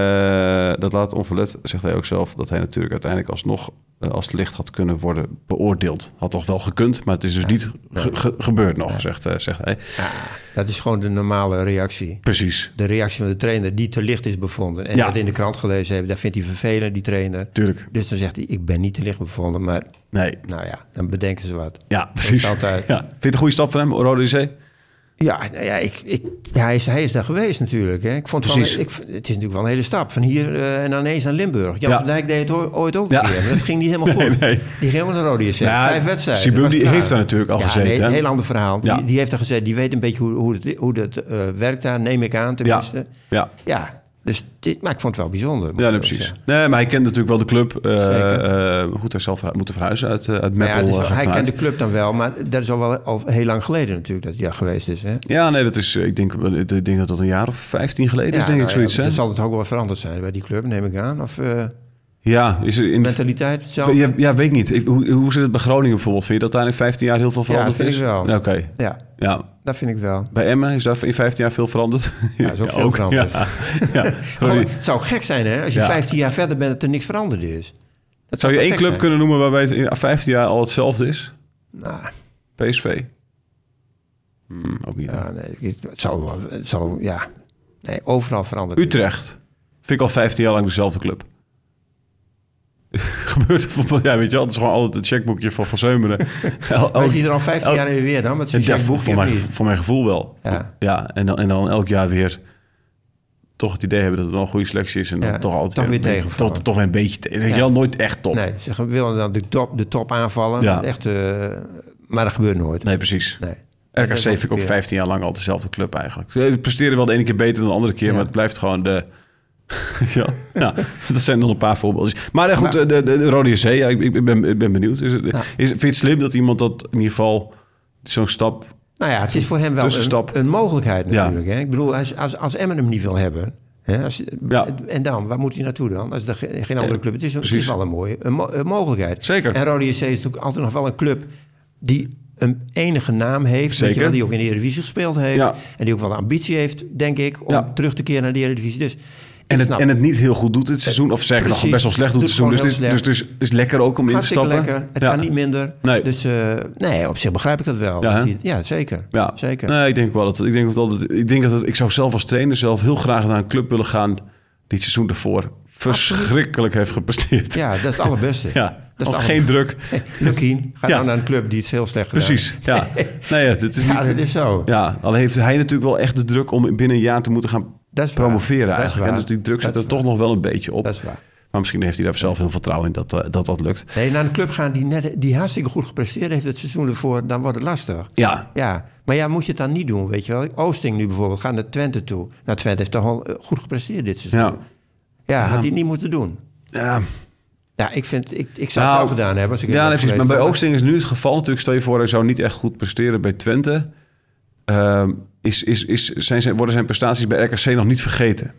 S2: Eh, dat laat onverlet, zegt hij ook zelf, dat hij natuurlijk uiteindelijk alsnog eh, als het licht had kunnen worden beoordeeld. Had toch wel gekund, maar het is dus niet ge- ge- gebeurd nog, zegt, eh, zegt hij.
S3: Ja, dat is gewoon de normale reactie.
S2: Precies,
S3: De reactie van de trainer die te licht is bevonden. En
S2: Ja.
S3: dat in de krant gelezen hebben, dat vindt hij vervelend, die trainer.
S2: tuurlijk.
S3: Dus dan zegt hij, ik ben niet te licht bevonden, maar
S2: Nee,
S3: nou ja, dan bedenken ze wat.
S2: ja, precies.
S3: is het
S2: Ja.
S3: altijd.
S2: Vind je het een goede stap van hem, Rode JC?
S3: Ja, nou ja, ik, ik, ja hij, is, hij is daar geweest natuurlijk. Hè. Ik vond het, wel-
S2: Precies.
S3: ik, het is natuurlijk wel een hele stap. Van hier eh, en dan ineens naar Limburg. Jan
S2: Ja.
S3: van Dijk deed het ooit- ooit ook
S2: Ja.
S3: een keer. maar Dat ging niet helemaal
S2: Nee,
S3: goed.
S2: nee.
S3: Die ging helemaal naar Rode JC.
S2: Nou ja,
S3: Vijf wedstrijden.
S2: Sibum,
S3: was
S2: die
S3: klaar.
S2: heeft daar natuurlijk al
S3: Ja,
S2: gezeten,
S3: Nee,
S2: hè?
S3: een heel ander verhaal.
S2: Ja.
S3: Die, die heeft daar gezeten. Die weet een beetje hoe, hoe, het, hoe dat eh, werkt daar. Neem ik aan
S2: Ja,
S3: tenminste. Ja.
S2: ja.
S3: Dus dit, maar ik vond het wel bijzonder. moet
S2: Ja, nee,
S3: ik wel
S2: precies.
S3: zeggen.
S2: Nee, maar hij kent natuurlijk wel de club. Eh,
S3: Zeker.
S2: eh, goed, hij zal verhu- moeten verhuizen uit, eh, uit
S3: Maar
S2: Meppel.
S3: ja, het is wel-
S2: eh, gaat
S3: hij
S2: vanuit.
S3: kent de club dan wel. Maar dat is al wel al heel lang geleden natuurlijk dat hij daar geweest is. Hè?
S2: Ja, nee, dat is, eh, ik denk, wel- ik denk dat dat een jaar of 15 geleden is, denk
S3: nou
S2: ik, zoiets.
S3: ja,
S2: hè?
S3: Dan zal het ook wel veranderd zijn bij die club, neem ik aan. Of eh,
S2: Ja, is er in de-
S3: mentaliteit hetzelfde?
S2: ja, ja, weet ik niet. Ik- hoe, hoe zit het bij Groningen bijvoorbeeld? Vind je dat daar in 15 jaar heel veel veranderd
S3: vind
S2: is?
S3: ik wel.
S2: Oké.
S3: Ja,
S2: Ja.
S3: dat vind ik wel.
S2: Bij Emma is daar in 15 jaar veel veranderd.
S3: Ja, is ook veel veranderd.
S2: Ja. ja.
S3: Maar
S2: Sorry.
S3: het zou ook gek zijn, hè? Als je
S2: Ja.
S3: 15 jaar verder bent dat er niks veranderd is. Dat
S2: Zou je
S3: toch
S2: één
S3: gek
S2: club
S3: zijn?
S2: kunnen noemen waarbij het in 15 jaar al hetzelfde is?
S3: Nou,
S2: PSV? Hmm, ook niet.
S3: ja, nee, het zal, wel- het zal, ja. Nee, overal veranderd.
S2: Utrecht. Vind ik al 15 jaar lang dezelfde club. Gebeurt het voor ja, weet je wel, het is gewoon altijd het checkboekje van Van Zeumeren. El-
S3: Maar
S2: elk-
S3: is hij er al 15
S2: elk-
S3: jaar in weer dan? Met zijn
S2: Oh, Ja, voor,
S3: checkboekje
S2: voor
S3: of
S2: mijn,
S3: niet?
S2: voor mijn gevoel wel.
S3: Ja.
S2: en, dan, en dan elk jaar weer toch het idee hebben dat het wel een goede selectie is. En dan
S3: Ja,
S2: toch altijd
S3: toch weer
S2: een beetje-
S3: tegenvallen.
S2: Toch, toch weer een beetje tegen. Weet je wel, nooit echt top.
S3: Nee, ze willen dan de top, de top aanvallen.
S2: Ja.
S3: Echt, eh, maar dat gebeurt nooit.
S2: Nee, precies.
S3: Nee.
S2: RKC vind ik ook 15 jaar lang al dezelfde club eigenlijk. Ze presteren wel de ene keer beter dan de andere keer,
S3: Ja.
S2: maar het blijft gewoon de... ja, nou, dat zijn nog een paar voorbeeldjes. Maar eh, goed, de, de, de Rode JC, ja, ik, ik, ben, ik ben benieuwd. Is het, is, vind je het slim dat iemand dat in ieder geval zo'n stap...
S3: Nou ja, het is voor hem wel
S2: Tussenstap.
S3: een, een mogelijkheid
S2: Ja.
S3: natuurlijk. Hè? Ik bedoel, als, als, als Emmen hem niet wil hebben... Hè, als,
S2: Ja. Eh,
S3: En dan, waar moet hij naartoe dan? Als er ge- geen andere club... Het is, een- het
S2: precies.
S3: is wel een mooie een, mo- een mogelijkheid.
S2: Zeker.
S3: En Rode JC is natuurlijk altijd nog wel een club... die een enige naam heeft. weet je
S2: Zeker.
S3: wel, die ook in de Eredivisie gespeeld heeft.
S2: Ja.
S3: En die ook wel de ambitie heeft, denk ik... om
S2: Ja.
S3: terug te keren naar de Eredivisie. Dus,
S2: En
S3: ik
S2: het,
S3: snap Eh,
S2: en het niet heel goed doet dit seizoen. Of zeggen dat het
S3: Precies.
S2: best wel slecht doet
S3: Doet
S2: het seizoen. Dus
S3: gewoon
S2: het is
S3: heel
S2: dus, dus, is lekker ook om in te
S3: Hartstikke
S2: stappen.
S3: lekker. Het
S2: Ja.
S3: kan niet minder.
S2: Nee.
S3: Dus eh, nee, op zich begrijp ik dat wel.
S2: Ja,
S3: Dat
S2: hè?
S3: hij- ja zeker.
S2: Ja,
S3: zeker.
S2: Nee, ik denk wel dat ik denk dat altijd, ik denk dat het- ik zou zelf als trainer zelf heel graag naar een club willen gaan die het seizoen daarvoor verschrikkelijk heeft gepresteerd.
S3: Ja, dat is het allerbeste.
S2: Ja,
S3: dat is
S2: Al
S3: het
S2: geen druk.
S3: Lucky gaat
S2: Ja.
S3: dan naar een club die het heel slecht gedaan
S2: Precies. Ja. Nee, ja, dit is
S3: heeft. Ja,
S2: niet,
S3: dat is zo.
S2: ja, al heeft hij natuurlijk wel echt de druk om binnen een jaar te moeten gaan
S3: Dat is waar.
S2: promoveren
S3: Dat is
S2: eigenlijk. En
S3: waar.
S2: dus die druk
S3: Dat
S2: zit
S3: is
S2: er toch nog wel een beetje op.
S3: Dat is waar.
S2: Maar misschien heeft hij daar zelf heel vertrouwen in dat eh, dat, dat lukt.
S3: Nee, naar een club gaan die, net, die hartstikke goed gepresteerd heeft het seizoen ervoor, dan wordt het lastig.
S2: Ja,
S3: Ja, maar ja, moet je het dan niet doen, weet je wel. Oosting nu bijvoorbeeld, gaat naar Twente toe. Nou, Twente heeft toch al eh, goed gepresteerd dit seizoen. Ja,
S2: ja.
S3: had hij het niet moeten doen.
S2: ja.
S3: Ja, ik, vind, ik, ik zou het
S2: Nou,
S3: wel gedaan hebben als ik er
S2: Ja,
S3: was
S2: nee, precies. Maar
S3: geweest.
S2: bij Oosting is nu het geval natuurlijk. Stel je voor, hij zou niet echt goed presteren bij Twente. Ehm, is, is, is, zijn, zijn, worden zijn prestaties bij RKC nog niet vergeten?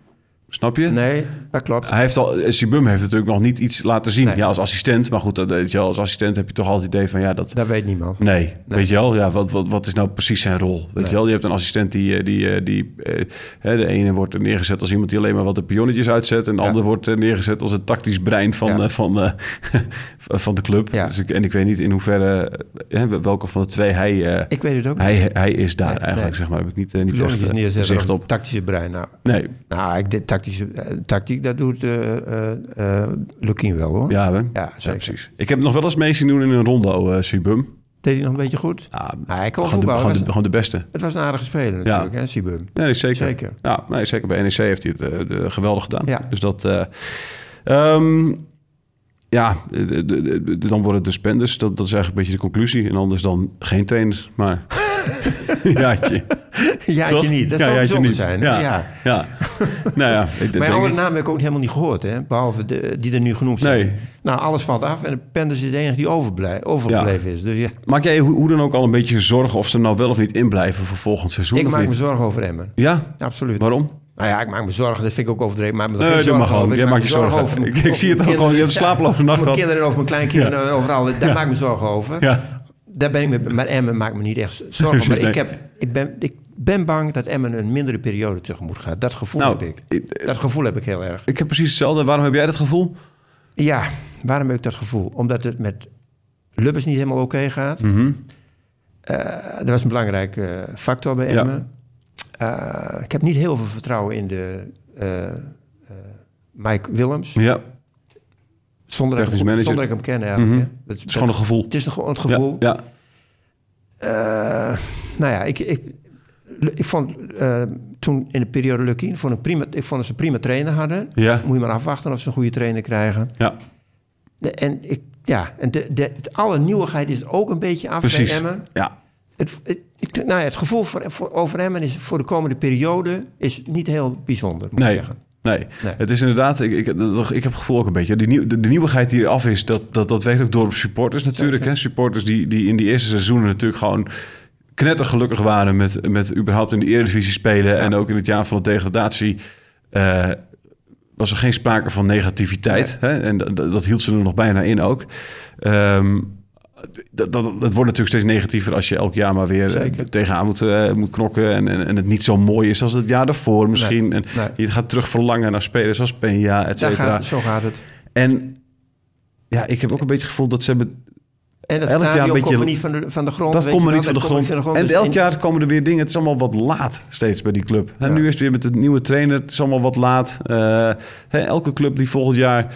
S2: Snap je?
S3: Nee, dat klopt.
S2: Hij heeft al, eh, Sibum heeft natuurlijk nog niet iets laten zien.
S3: Nee.
S2: Ja, als assistent. Maar goed, dat, weet je wel, als assistent heb je toch altijd het idee van ja, dat.
S3: Dat weet niemand.
S2: Nee, weet je wel? Ja, wat, wat, wat is nou precies zijn rol? Weet je wel? Je hebt een assistent die, eh, die, eh, die eh, hè, de ene wordt er neergezet als iemand die alleen maar wat de pionnetjes uitzet. En de
S3: Ja.
S2: ander wordt eh, neergezet als het tactisch brein van,
S3: Ja.
S2: eh, van, eh, van de club.
S3: Ja.
S2: Dus ik, en ik weet niet in hoeverre, eh, hè, welke van de twee hij, eh,
S3: Ik weet het ook niet.
S2: hij, hij is daar
S3: Nee,
S2: eigenlijk,
S3: nee.
S2: zeg maar. Heb ik niet, eh, niet echt
S3: Pionnetjes
S2: eh,
S3: neerzetten.
S2: zicht
S3: dan
S2: op.
S3: Tactische brein. Nou,
S2: Nee,
S3: nou ik, de tactische, eh, tactiek, dat doet eh eh, eh, Lukien wel hoor.
S2: ja, hè?
S3: Ja, zeker.
S2: precies. Ik heb nog wel eens mee zien doen in een rondo, eh Sibum.
S3: Deed hij nog een beetje goed?
S2: Ja,
S3: hij kon
S2: gewoon, de,
S3: voetballen.
S2: gewoon, de,
S3: Was-
S2: gewoon de beste.
S3: Het was een aardige speler natuurlijk, hè, Sibum.
S2: Nee, zeker.
S3: Zeker.
S2: Ja, nee, zeker. Bij NEC heeft hij het eh, eh, geweldig gedaan.
S3: Ja.
S2: Dus dat... eh, ehm, ja, eh, de- de- de- dan worden het dus spenders. Dat, dat is eigenlijk een beetje de conclusie. En anders dan geen trainers, maar... Jaatje.
S3: Ja,
S2: Toch?
S3: je niet. Dat
S2: Ja,
S3: zou
S2: jaatje
S3: bijzonder
S2: niet.
S3: zijn. hè?
S2: Ja.
S3: ja.
S2: Ja. nou ja, ik,
S3: Maar
S2: denk
S3: ja, andere
S2: ik-
S3: namen heb ik ook helemaal niet gehoord, hè? behalve de, die er nu genoemd zijn.
S2: Nee.
S3: Nou, alles valt af en de Penders is de enige die overblij, overgebleven is. Dus ja,
S2: Maak jij hoe, hoe dan ook al een beetje zorgen of ze er nou wel of niet in blijven voor volgend seizoen?
S3: ik
S2: of
S3: maak
S2: niet?
S3: me zorgen over Emmen.
S2: Ja,
S3: Absoluut.
S2: waarom?
S3: Nou ja, ik maak me zorgen, dat vind ik ook overdreven. Maar ik maak me
S2: Nee,
S3: geen
S2: dat
S3: zorgen
S2: mag gewoon.
S3: over. Ik
S2: Jij
S3: maak
S2: maakt
S3: me
S2: je zorgen. Ik- ik
S3: mijn
S2: zie het ook gewoon. Je hebt een
S3: kinderen.
S2: slapeloze nacht
S3: Over mijn
S2: gehad.
S3: kinderen en over mijn kleinkinderen, overal. Daar maak ik me zorgen over.
S2: Ja.
S3: Daar ben ik me, maar Emmen maakt me niet echt zorgen. Maar
S2: Nee.
S3: ik, heb, ik, ben, ik ben bang dat Emmen een mindere periode tegemoet gaat. Dat gevoel
S2: Nou,
S3: heb
S2: ik-
S3: ik. Dat gevoel heb ik heel erg.
S2: Ik heb precies hetzelfde. Waarom heb jij dat gevoel?
S3: Ja, waarom heb ik dat gevoel? Omdat het met Lubbers niet helemaal oké gaat.
S2: Mhm.
S3: Eh, dat was een belangrijke factor bij
S2: Ja.
S3: Emmen. Eh, ik heb niet heel veel vertrouwen in de eh, eh, Mike Willems.
S2: Ja,
S3: Zonder dat, ik,
S2: Technisch
S3: hem-
S2: manager.
S3: zonder dat ik hem ken eigenlijk.
S2: Mhm.
S3: hè. Dat,
S2: het is gewoon een gevoel.
S3: het is gewoon het gevoel.
S2: Ja, ja.
S3: Eh, nou ja, ik, ik, ik vond eh, toen in de periode Lukien... Vond ik, prima, ik vond dat ze een prima trainer hadden.
S2: Ja.
S3: Moet je maar afwachten of ze een goede trainer krijgen.
S2: ja.
S3: De- En ik, ja, en de, de, het, alle nieuwigheid is ook een beetje af
S2: precies.
S3: bij Emmen.
S2: Ja.
S3: Het, het, het- nou ja, het gevoel voor, voor, over Emmen is voor de komende periode is niet heel bijzonder, moet ik
S2: Nee.
S3: zeggen.
S2: Nee.
S3: Nee.
S2: het is inderdaad, ik, ik, dat- ik heb het gevoel ook een beetje. Die nieuw, de, de nieuwigheid die eraf is, dat, dat, dat weegt ook door op supporters natuurlijk. Hè? Supporters die, die in die eerste seizoenen natuurlijk gewoon knettergelukkig waren met, met überhaupt in de Eredivisie spelen. En ook in het jaar van de degradatie eh, was er geen sprake van negativiteit. Hè? En dat, dat- dat hield ze er nog bijna in ook. Ehm, dat, dat, dat wordt natuurlijk steeds negatiever als je elk jaar maar weer eh,
S3: Zeker.
S2: tegenaan moet, eh, moet knokken. En, en, en het niet zo mooi is als het jaar daarvoor misschien. en
S3: nee.
S2: Je gaat terug verlangen naar spelers als Peña, et
S3: Daar
S2: cetera.
S3: gaat, zo gaat het.
S2: En ja, ik heb ook een beetje het gevoel dat ze hebben...
S3: En dat
S2: Elk jaar
S3: stadion
S2: een beetje-
S3: komt er niet van de, van de grond.
S2: dat
S3: weet je
S2: komt maar
S3: wel,
S2: niet van de
S3: komt
S2: grond.
S3: niet van de
S2: en
S3: Dus
S2: elk
S3: in-
S2: jaar komen er weer dingen. Het is allemaal wat laat steeds bij die club. En
S3: Ja.
S2: nu is het weer met de nieuwe trainer. Het is allemaal wat laat. Eh, hè, elke club die volgend jaar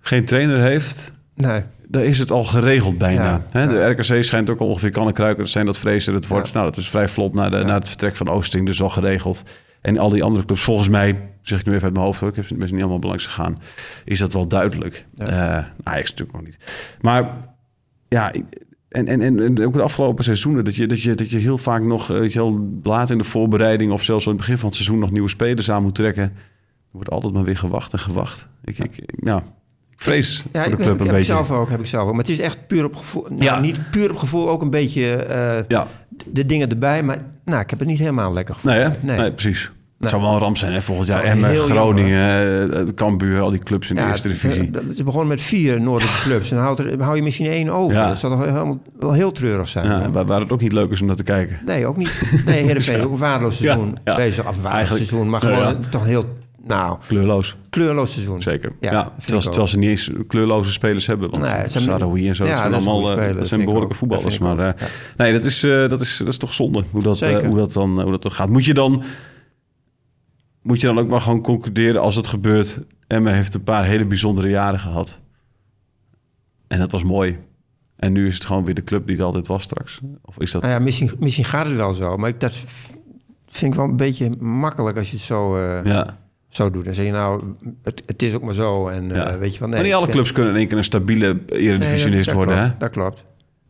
S2: geen trainer heeft...
S3: Nee,
S2: Daar is het al geregeld bijna.
S3: Ja,
S2: Hè, de RKC schijnt ook al ongeveer kannenkruiken te zijn dat Vrezer het wordt.
S3: Ja.
S2: Nou, dat is vrij vlot na, de, na het vertrek van Oosting, dus al geregeld. En al die andere clubs, volgens mij, zeg ik nu even uit mijn hoofd hoor, ik heb ze mensen niet allemaal belangs gegaan, is dat wel duidelijk. Eh Ajax natuurlijk nog niet. Maar ja, ik- en, en, en, en ook de afgelopen seizoenen, dat je, dat je, dat je heel vaak nog, eh, weet je wel, laat in de voorbereiding of zelfs aan het begin van het seizoen nog nieuwe spelers aan moet trekken. Er wordt altijd maar weer gewacht en gewacht. Ik, ik, ik- nou, ik vrees voor
S3: ja, ik,
S2: de
S3: heb,
S2: club
S3: heb
S2: een
S3: ik
S2: beetje.
S3: zelf ook, heb ik zelf ook. Maar het is echt puur op gevoel. Nou,
S2: Ja.
S3: niet puur op gevoel, ook een beetje eh,
S2: Ja,
S3: de dingen erbij. Maar nou, ik heb het niet helemaal lekker gevoeld.
S2: nee, hè? nee.
S3: Nee.
S2: precies. Het zou wel een ramp zijn hè, volgend jaar.
S3: Zou
S2: Emmen,
S3: heel
S2: Groningen, eh, Cambuur, al die clubs in de eerste divisie.
S3: het- Ze begonnen met vier noordelijke clubs. En dan houdt er- hou je misschien één over.
S2: Ja.
S3: Dat zou toch helemaal, wel heel treurig zijn.
S2: Ja,
S3: hoor.
S2: waar, waar het ook niet leuk is om naar te kijken.
S3: Nee, ook niet. Nee, Heerenveen, ook een waardeloos seizoen.
S2: ja.
S3: Bezig, of een waardeloos
S2: Eigenlijk-
S3: seizoen, maar
S2: Nou
S3: gewoon
S2: ja.
S3: een- toch een heel, nou,
S2: Kleurloos,
S3: kleurloos seizoen.
S2: zeker. Ja,
S3: Ja, vind ik
S2: terwijl,
S3: ook.
S2: terwijl ze niet eens kleurloze spelers hebben. Want
S3: Nee,
S2: nee,
S3: het zijn-
S2: en zo,
S3: Ja,
S2: dat zijn
S3: dat is een
S2: allemaal
S3: goede
S2: eh,
S3: speler,
S2: dat
S3: dat
S2: zijn
S3: vind ik
S2: behoorlijke
S3: ook. Dat
S2: voetballers.
S3: vind ik
S2: Maar eh, nee, dat is, eh, dat, is, dat is toch zonde hoe dat, eh,
S3: Zeker.
S2: hoe dat, dan, hoe dat dan gaat. Moet je dan, moet je dan ook maar gewoon concluderen als het gebeurt. Emma heeft een paar hele bijzondere jaren gehad. En dat was mooi. En nu is het gewoon weer de club die het altijd was straks. Of is dat...
S3: Nou ja, misschien, misschien gaat het wel zo, maar ik, dat v- vind ik wel een beetje makkelijk als je het zo, eh,
S2: ja.
S3: zo doet. Dan zeg je nou, het, het is ook maar zo en eh,
S2: Ja.
S3: weet je wel. Nee,
S2: maar niet
S3: ik
S2: alle
S3: vind-
S2: clubs kunnen in één keer een stabiele
S3: Nee, dat-
S2: eredivisionist
S3: dat
S2: worden.
S3: klopt,
S2: Hè?
S3: Dat klopt,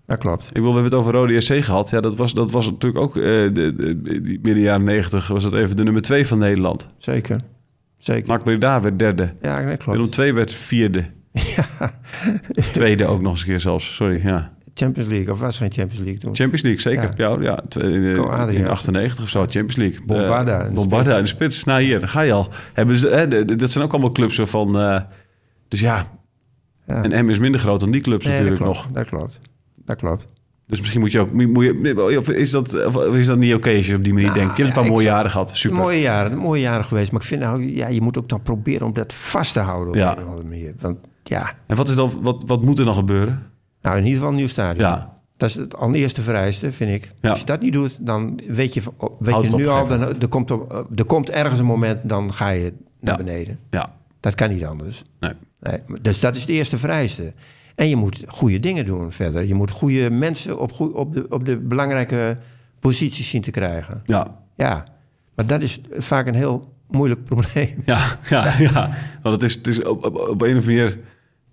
S3: dat klopt.
S2: Ik wil, we hebben het over Rode SC gehad. Ja, dat was, dat was natuurlijk ook eh, de, de- die midden jaren negentig was dat even de nummer twee van Nederland.
S3: Zeker, zeker.
S2: Mark Breda werd derde.
S3: ja, nee, klopt.
S2: Willem II werd vierde.
S3: Ja,
S2: Tweede ook nog eens een keer zelfs. Sorry, ja.
S3: Champions League, of was geen Champions League toen?
S2: Champions League, zeker. Ja, ja, tw- in, eh,
S3: Ko Adriaan.
S2: in 98 of zo, Champions League.
S3: Bombarda
S2: Eh,
S3: in de
S2: Bombarda
S3: spits.
S2: in de spits. Nou, hier, daar ga je al. Hebben ze, hè, de- de- dat zijn ook allemaal clubs van... eh, dus ja,
S3: Ja.
S2: en M is minder groot dan die clubs
S3: Nee,
S2: natuurlijk
S3: dat klopt,
S2: nog.
S3: Dat klopt. Dat klopt.
S2: Dus misschien moet je ook... Moet je, of is, dat, of is dat niet oké als je op die manier
S3: Nou,
S2: denkt? Je hebt
S3: ja,
S2: een paar mooie
S3: ik-
S2: jaren gehad. Super.
S3: Mooie jaren, mooie jaren geweest. Maar ik vind nou, ja, je moet ook dan proberen om dat vast te houden op
S2: Ja.
S3: een of andere manier. Want ja,
S2: En wat, is dan, wat, wat moet er dan gebeuren?
S3: nou in ieder geval een nieuw stadion.
S2: Ja.
S3: Dat is het allereerste vereiste, vind ik.
S2: Ja.
S3: Als je dat niet doet, dan weet je, weet
S2: Houdt
S3: je
S2: het
S3: nu
S2: op
S3: al,
S2: een gegeven
S3: dan, er, komt op, er komt ergens een moment, dan ga je naar
S2: Ja.
S3: beneden.
S2: Ja.
S3: Dat kan niet anders.
S2: Nee.
S3: Nee, maar- dus dat is het eerste vereiste. En je moet goede dingen doen verder. Je moet goede mensen op, goe- op, de, op de belangrijke posities zien te krijgen.
S2: Ja.
S3: Ja, maar dat is vaak een heel moeilijk probleem.
S2: Ja, ja, ja. Want het is, het is op, op, op een of andere manier...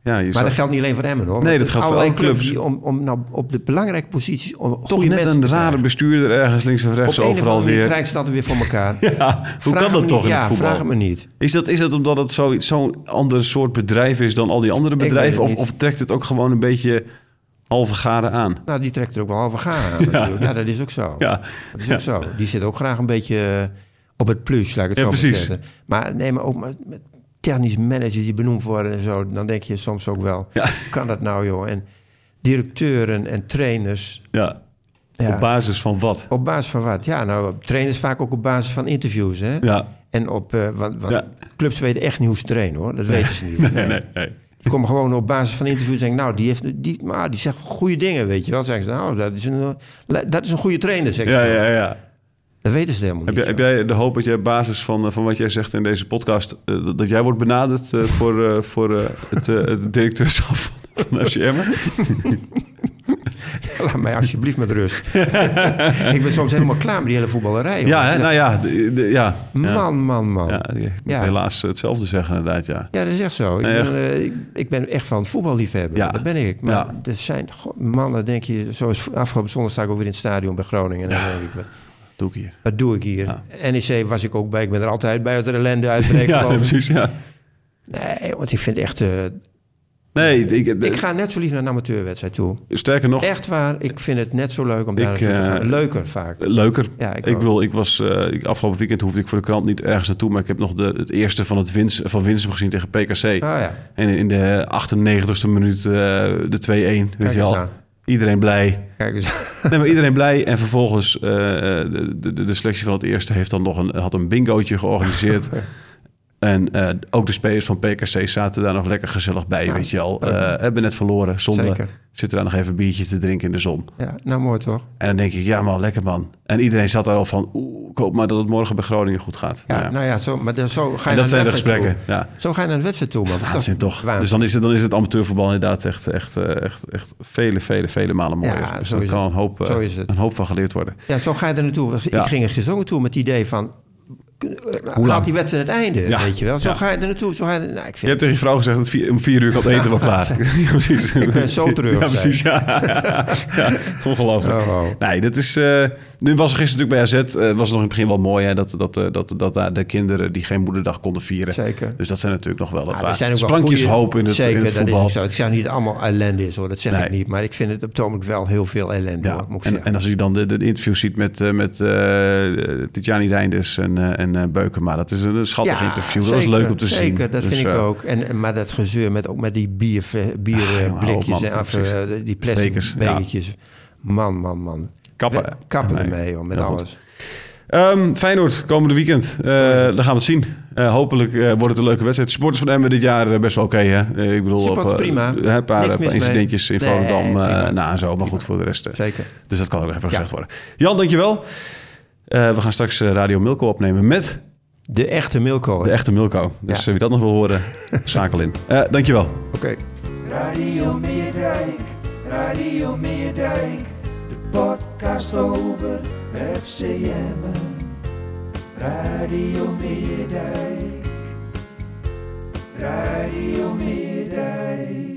S2: Ja, je
S3: Maar
S2: zag-
S3: dat geldt niet alleen voor Emmen hoor.
S2: Nee,
S3: Want
S2: dat geldt voor
S3: allerlei
S2: alle clubs.
S3: die Om, om nou op de belangrijke posities om
S2: toch
S3: goede
S2: net
S3: mensen
S2: een
S3: te
S2: rare
S3: krijgen.
S2: bestuurder ergens links of rechts
S3: Op een of
S2: overal
S3: andere manier
S2: weer.
S3: krijgen ze dat weer voor elkaar.
S2: Ja, hoe kan
S3: Vraag het
S2: dat
S3: me
S2: toch in het
S3: niet. ja, vraag
S2: voetbal?
S3: het me niet.
S2: Is dat, is dat omdat het zo- zo'n ander soort bedrijf is dan al die andere
S3: weet
S2: bedrijven?
S3: het
S2: Of,
S3: niet.
S2: of trekt het ook gewoon een beetje alvergaren aan?
S3: Nou, die trekt er ook wel halve gaar aan natuurlijk. Ja, dat is ook zo.
S2: Ja,
S3: Dat is ook zo. Die zit ook graag een beetje eh, op het plus, laat ik
S2: Ja,
S3: het zo maar
S2: precies.
S3: zeggen. Maar nee, maar ook met, met technisch managers die benoemd worden en zo, dan denk je soms ook wel,
S2: Ja.
S3: kan dat nou joh? En directeuren en trainers,
S2: ja.
S3: Ja.
S2: Op basis van wat?
S3: op basis van wat? Ja, nou, trainers vaak ook op basis van interviews, hè?
S2: Ja.
S3: En op, eh, want, want
S2: Ja.
S3: clubs weten echt niet hoe ze trainen, hoor. Dat weten ze niet.
S2: Nee, nee, nee.
S3: Die komen gewoon op basis van interviews en denken, nou, die, heeft, die, maar die zegt goede dingen, weet je wel. Zeggen ze, nou, dat is een, eh, dat is een goede trainer, zeg
S2: Ja, ja, ja.
S3: Dat weten ze helemaal
S2: Heb,
S3: niet.
S2: jij, heb jij de hoop dat jij op basis van, eh, van wat jij zegt in deze podcast... eh, dat- dat jij wordt benaderd eh, voor, eh, voor eh, het, eh, het directeurschap van, van FCM?
S3: Laat mij alsjeblieft met rust. ik ben soms helemaal klaar met die hele voetballerij. hoor.
S2: Ja, hè? nou ja. de- de- ja. ja.
S3: Man, man, man.
S2: Ja,
S3: Ja.
S2: ik moet
S3: Nou. Ja.
S2: helaas hetzelfde zeggen inderdaad, ja.
S3: dat is echt zo. Ik,
S2: Nee,
S3: ben,
S2: echt.
S3: eh, ik, ik ben echt van voetballiefhebber.
S2: Ja.
S3: Dat ben ik. Maar
S2: Ja.
S3: er zijn god, mannen, denk je... Zoals afgelopen zondag sta ik ook weer in het stadion bij Groningen. En dan denk ik, wat-
S2: Doe ik hier.
S3: wat doe ik hier?
S2: Ja.
S3: NEC was ik ook bij. Ik ben er altijd bij als er ellende uitbreekt.
S2: Ja,
S3: geloof ik.
S2: precies, ja.
S3: Nee, want ik vind echt... eh,
S2: Nee, ik,
S3: ik ga net zo lief naar een amateurwedstrijd toe.
S2: sterker nog,
S3: Echt waar. Ik vind het net zo leuk om daar
S2: Ik,
S3: naartoe te
S2: eh,
S3: gaan. Leuker vaak.
S2: leuker.
S3: Ja, ik
S2: ik
S3: ook.
S2: bedoel, ik was, eh, ik, afgelopen weekend hoefde ik voor de krant niet ergens naartoe, maar ik heb nog de, het eerste van, het winst, van Winsum gezien tegen PKC.
S3: Oh ja.
S2: En in de 98ste minuut eh, de 2-1, weet
S3: Kijk
S2: je
S3: eens
S2: al.
S3: aan.
S2: Iedereen blij.
S3: Kijk eens.
S2: Nee, maar iedereen blij. En vervolgens, eh, eh, de, de, de selectie van het eerste heeft dan nog een, had een bingootje georganiseerd. En eh, ook de spelers van PKC zaten daar nog lekker gezellig bij, weet je al. Eh, hebben net verloren, zonde.
S3: Zeker.
S2: Zitten daar nog even een biertje te drinken in de zon.
S3: Ja, nou mooi toch?
S2: En dan denk ik, ja man, lekker man. En iedereen zat daar al van, oeh, ik hoop maar dat het morgen bij Groningen goed gaat.
S3: Ja,
S2: Nou ja.
S3: nou ja, zo, maar dan- zo ga
S2: en
S3: je
S2: dat
S3: naar
S2: zijn
S3: een
S2: de
S3: wedstrijd
S2: gesprekken.
S3: Toe.
S2: Ja,
S3: Zo ga je naar een wedstrijd toe, man. Dat is
S2: dat zijn toch.
S3: waanzin.
S2: Dus dan is, het, dan is het amateurvoetbal inderdaad echt, echt, eh, echt, echt vele, vele, vele malen mooier.
S3: Ja,
S2: dus
S3: zo
S2: daar
S3: is
S2: kan
S3: het.
S2: een hoop, eh,
S3: Zo is het.
S2: een hoop van geleerd worden.
S3: Ja, zo ga je er naartoe. Ik
S2: Ja.
S3: ging er gisteren ook naartoe met het idee van... Hoe
S2: lang?
S3: laat die wedstrijd het einde,
S2: Ja.
S3: weet je wel? Zo
S2: Ja.
S3: ga je er naartoe. Zo ga je, nou, ik
S2: Je
S3: vind
S2: hebt tegen je vrouw gezegd, dat vier- om vier uur kan het eten wel klaar. Ja, precies.
S3: Ik ben zo terug,
S2: Ja,
S3: zei
S2: precies. Ja, ja, ja. Ongelooflijk.
S3: Oh, oh.
S2: Nee, dat is... eh, nu was er gisteren natuurlijk bij AZ, eh, was het nog in het begin wel mooi... Hè, dat, dat, eh, dat, dat daar de kinderen die geen moederdag konden vieren.
S3: Zeker.
S2: Dus dat zijn natuurlijk nog wel een
S3: Ah,
S2: paar
S3: er zijn ook wel
S2: sprankjes
S3: goeie-
S2: hoop in het,
S3: Zeker,
S2: in het
S3: dat is
S2: voetbal.
S3: ook zo. Ik zeg niet dat het allemaal ellende is, hoor. Dat zeg
S2: Nee.
S3: ik niet. Maar ik vind het op het ogenblik wel heel veel ellende,
S2: Ja,
S3: hoor, moet ik
S2: en,
S3: zeggen.
S2: en als je dan de, de interviews ziet met, eh, met eh Tijani Reinders en, eh, en eh, Beukema... dat is een, een schattig interview. Dat
S3: zeker,
S2: was leuk om te
S3: zeker,
S2: zien.
S3: dat
S2: Dus,
S3: vind ik
S2: eh,
S3: ook. En, en- maar dat gezeur met ook met die bierfle-
S2: Ah,
S3: bierblikjes
S2: jongen, hou op, man.
S3: en af,
S2: Precies.
S3: eh, die plastic
S2: Bekers, ja.
S3: bekertjes. Man, man, man.
S2: Kappen.
S3: We- kappen
S2: Nee.
S3: ermee, hoor, met
S2: Heel goed.
S3: alles.
S2: Ehm Feyenoord, komende weekend. Eh daar gaan we het zien. Eh, hopelijk eh, wordt het een leuke wedstrijd. Supporters van Emmen dit jaar eh, best wel oké, hè? Eh, ik bedoel,
S3: Supporters
S2: eh,
S3: prima.
S2: eh, Een paar,
S3: Niks
S2: een paar
S3: mis mee.
S2: incidentjes in
S3: Nee,
S2: Volendam eh,
S3: prima.
S2: na en zo. Maar goed, voor de rest. eh,
S3: Zeker.
S2: Dus dat kan ook even gezegd worden. Jan, dankjewel. Eh we gaan straks eh, Radio Milko opnemen met
S3: De echte Milko.
S2: de echte Milko. Dus
S3: Ja.
S2: eh, wie dat nog wil horen, schakel in. Eh dankjewel.
S3: Oké.
S1: Radio Meerdijk, Radio Meerdijk, de podcast over FCM. Radio Meerdijk, Radio Meerdijk.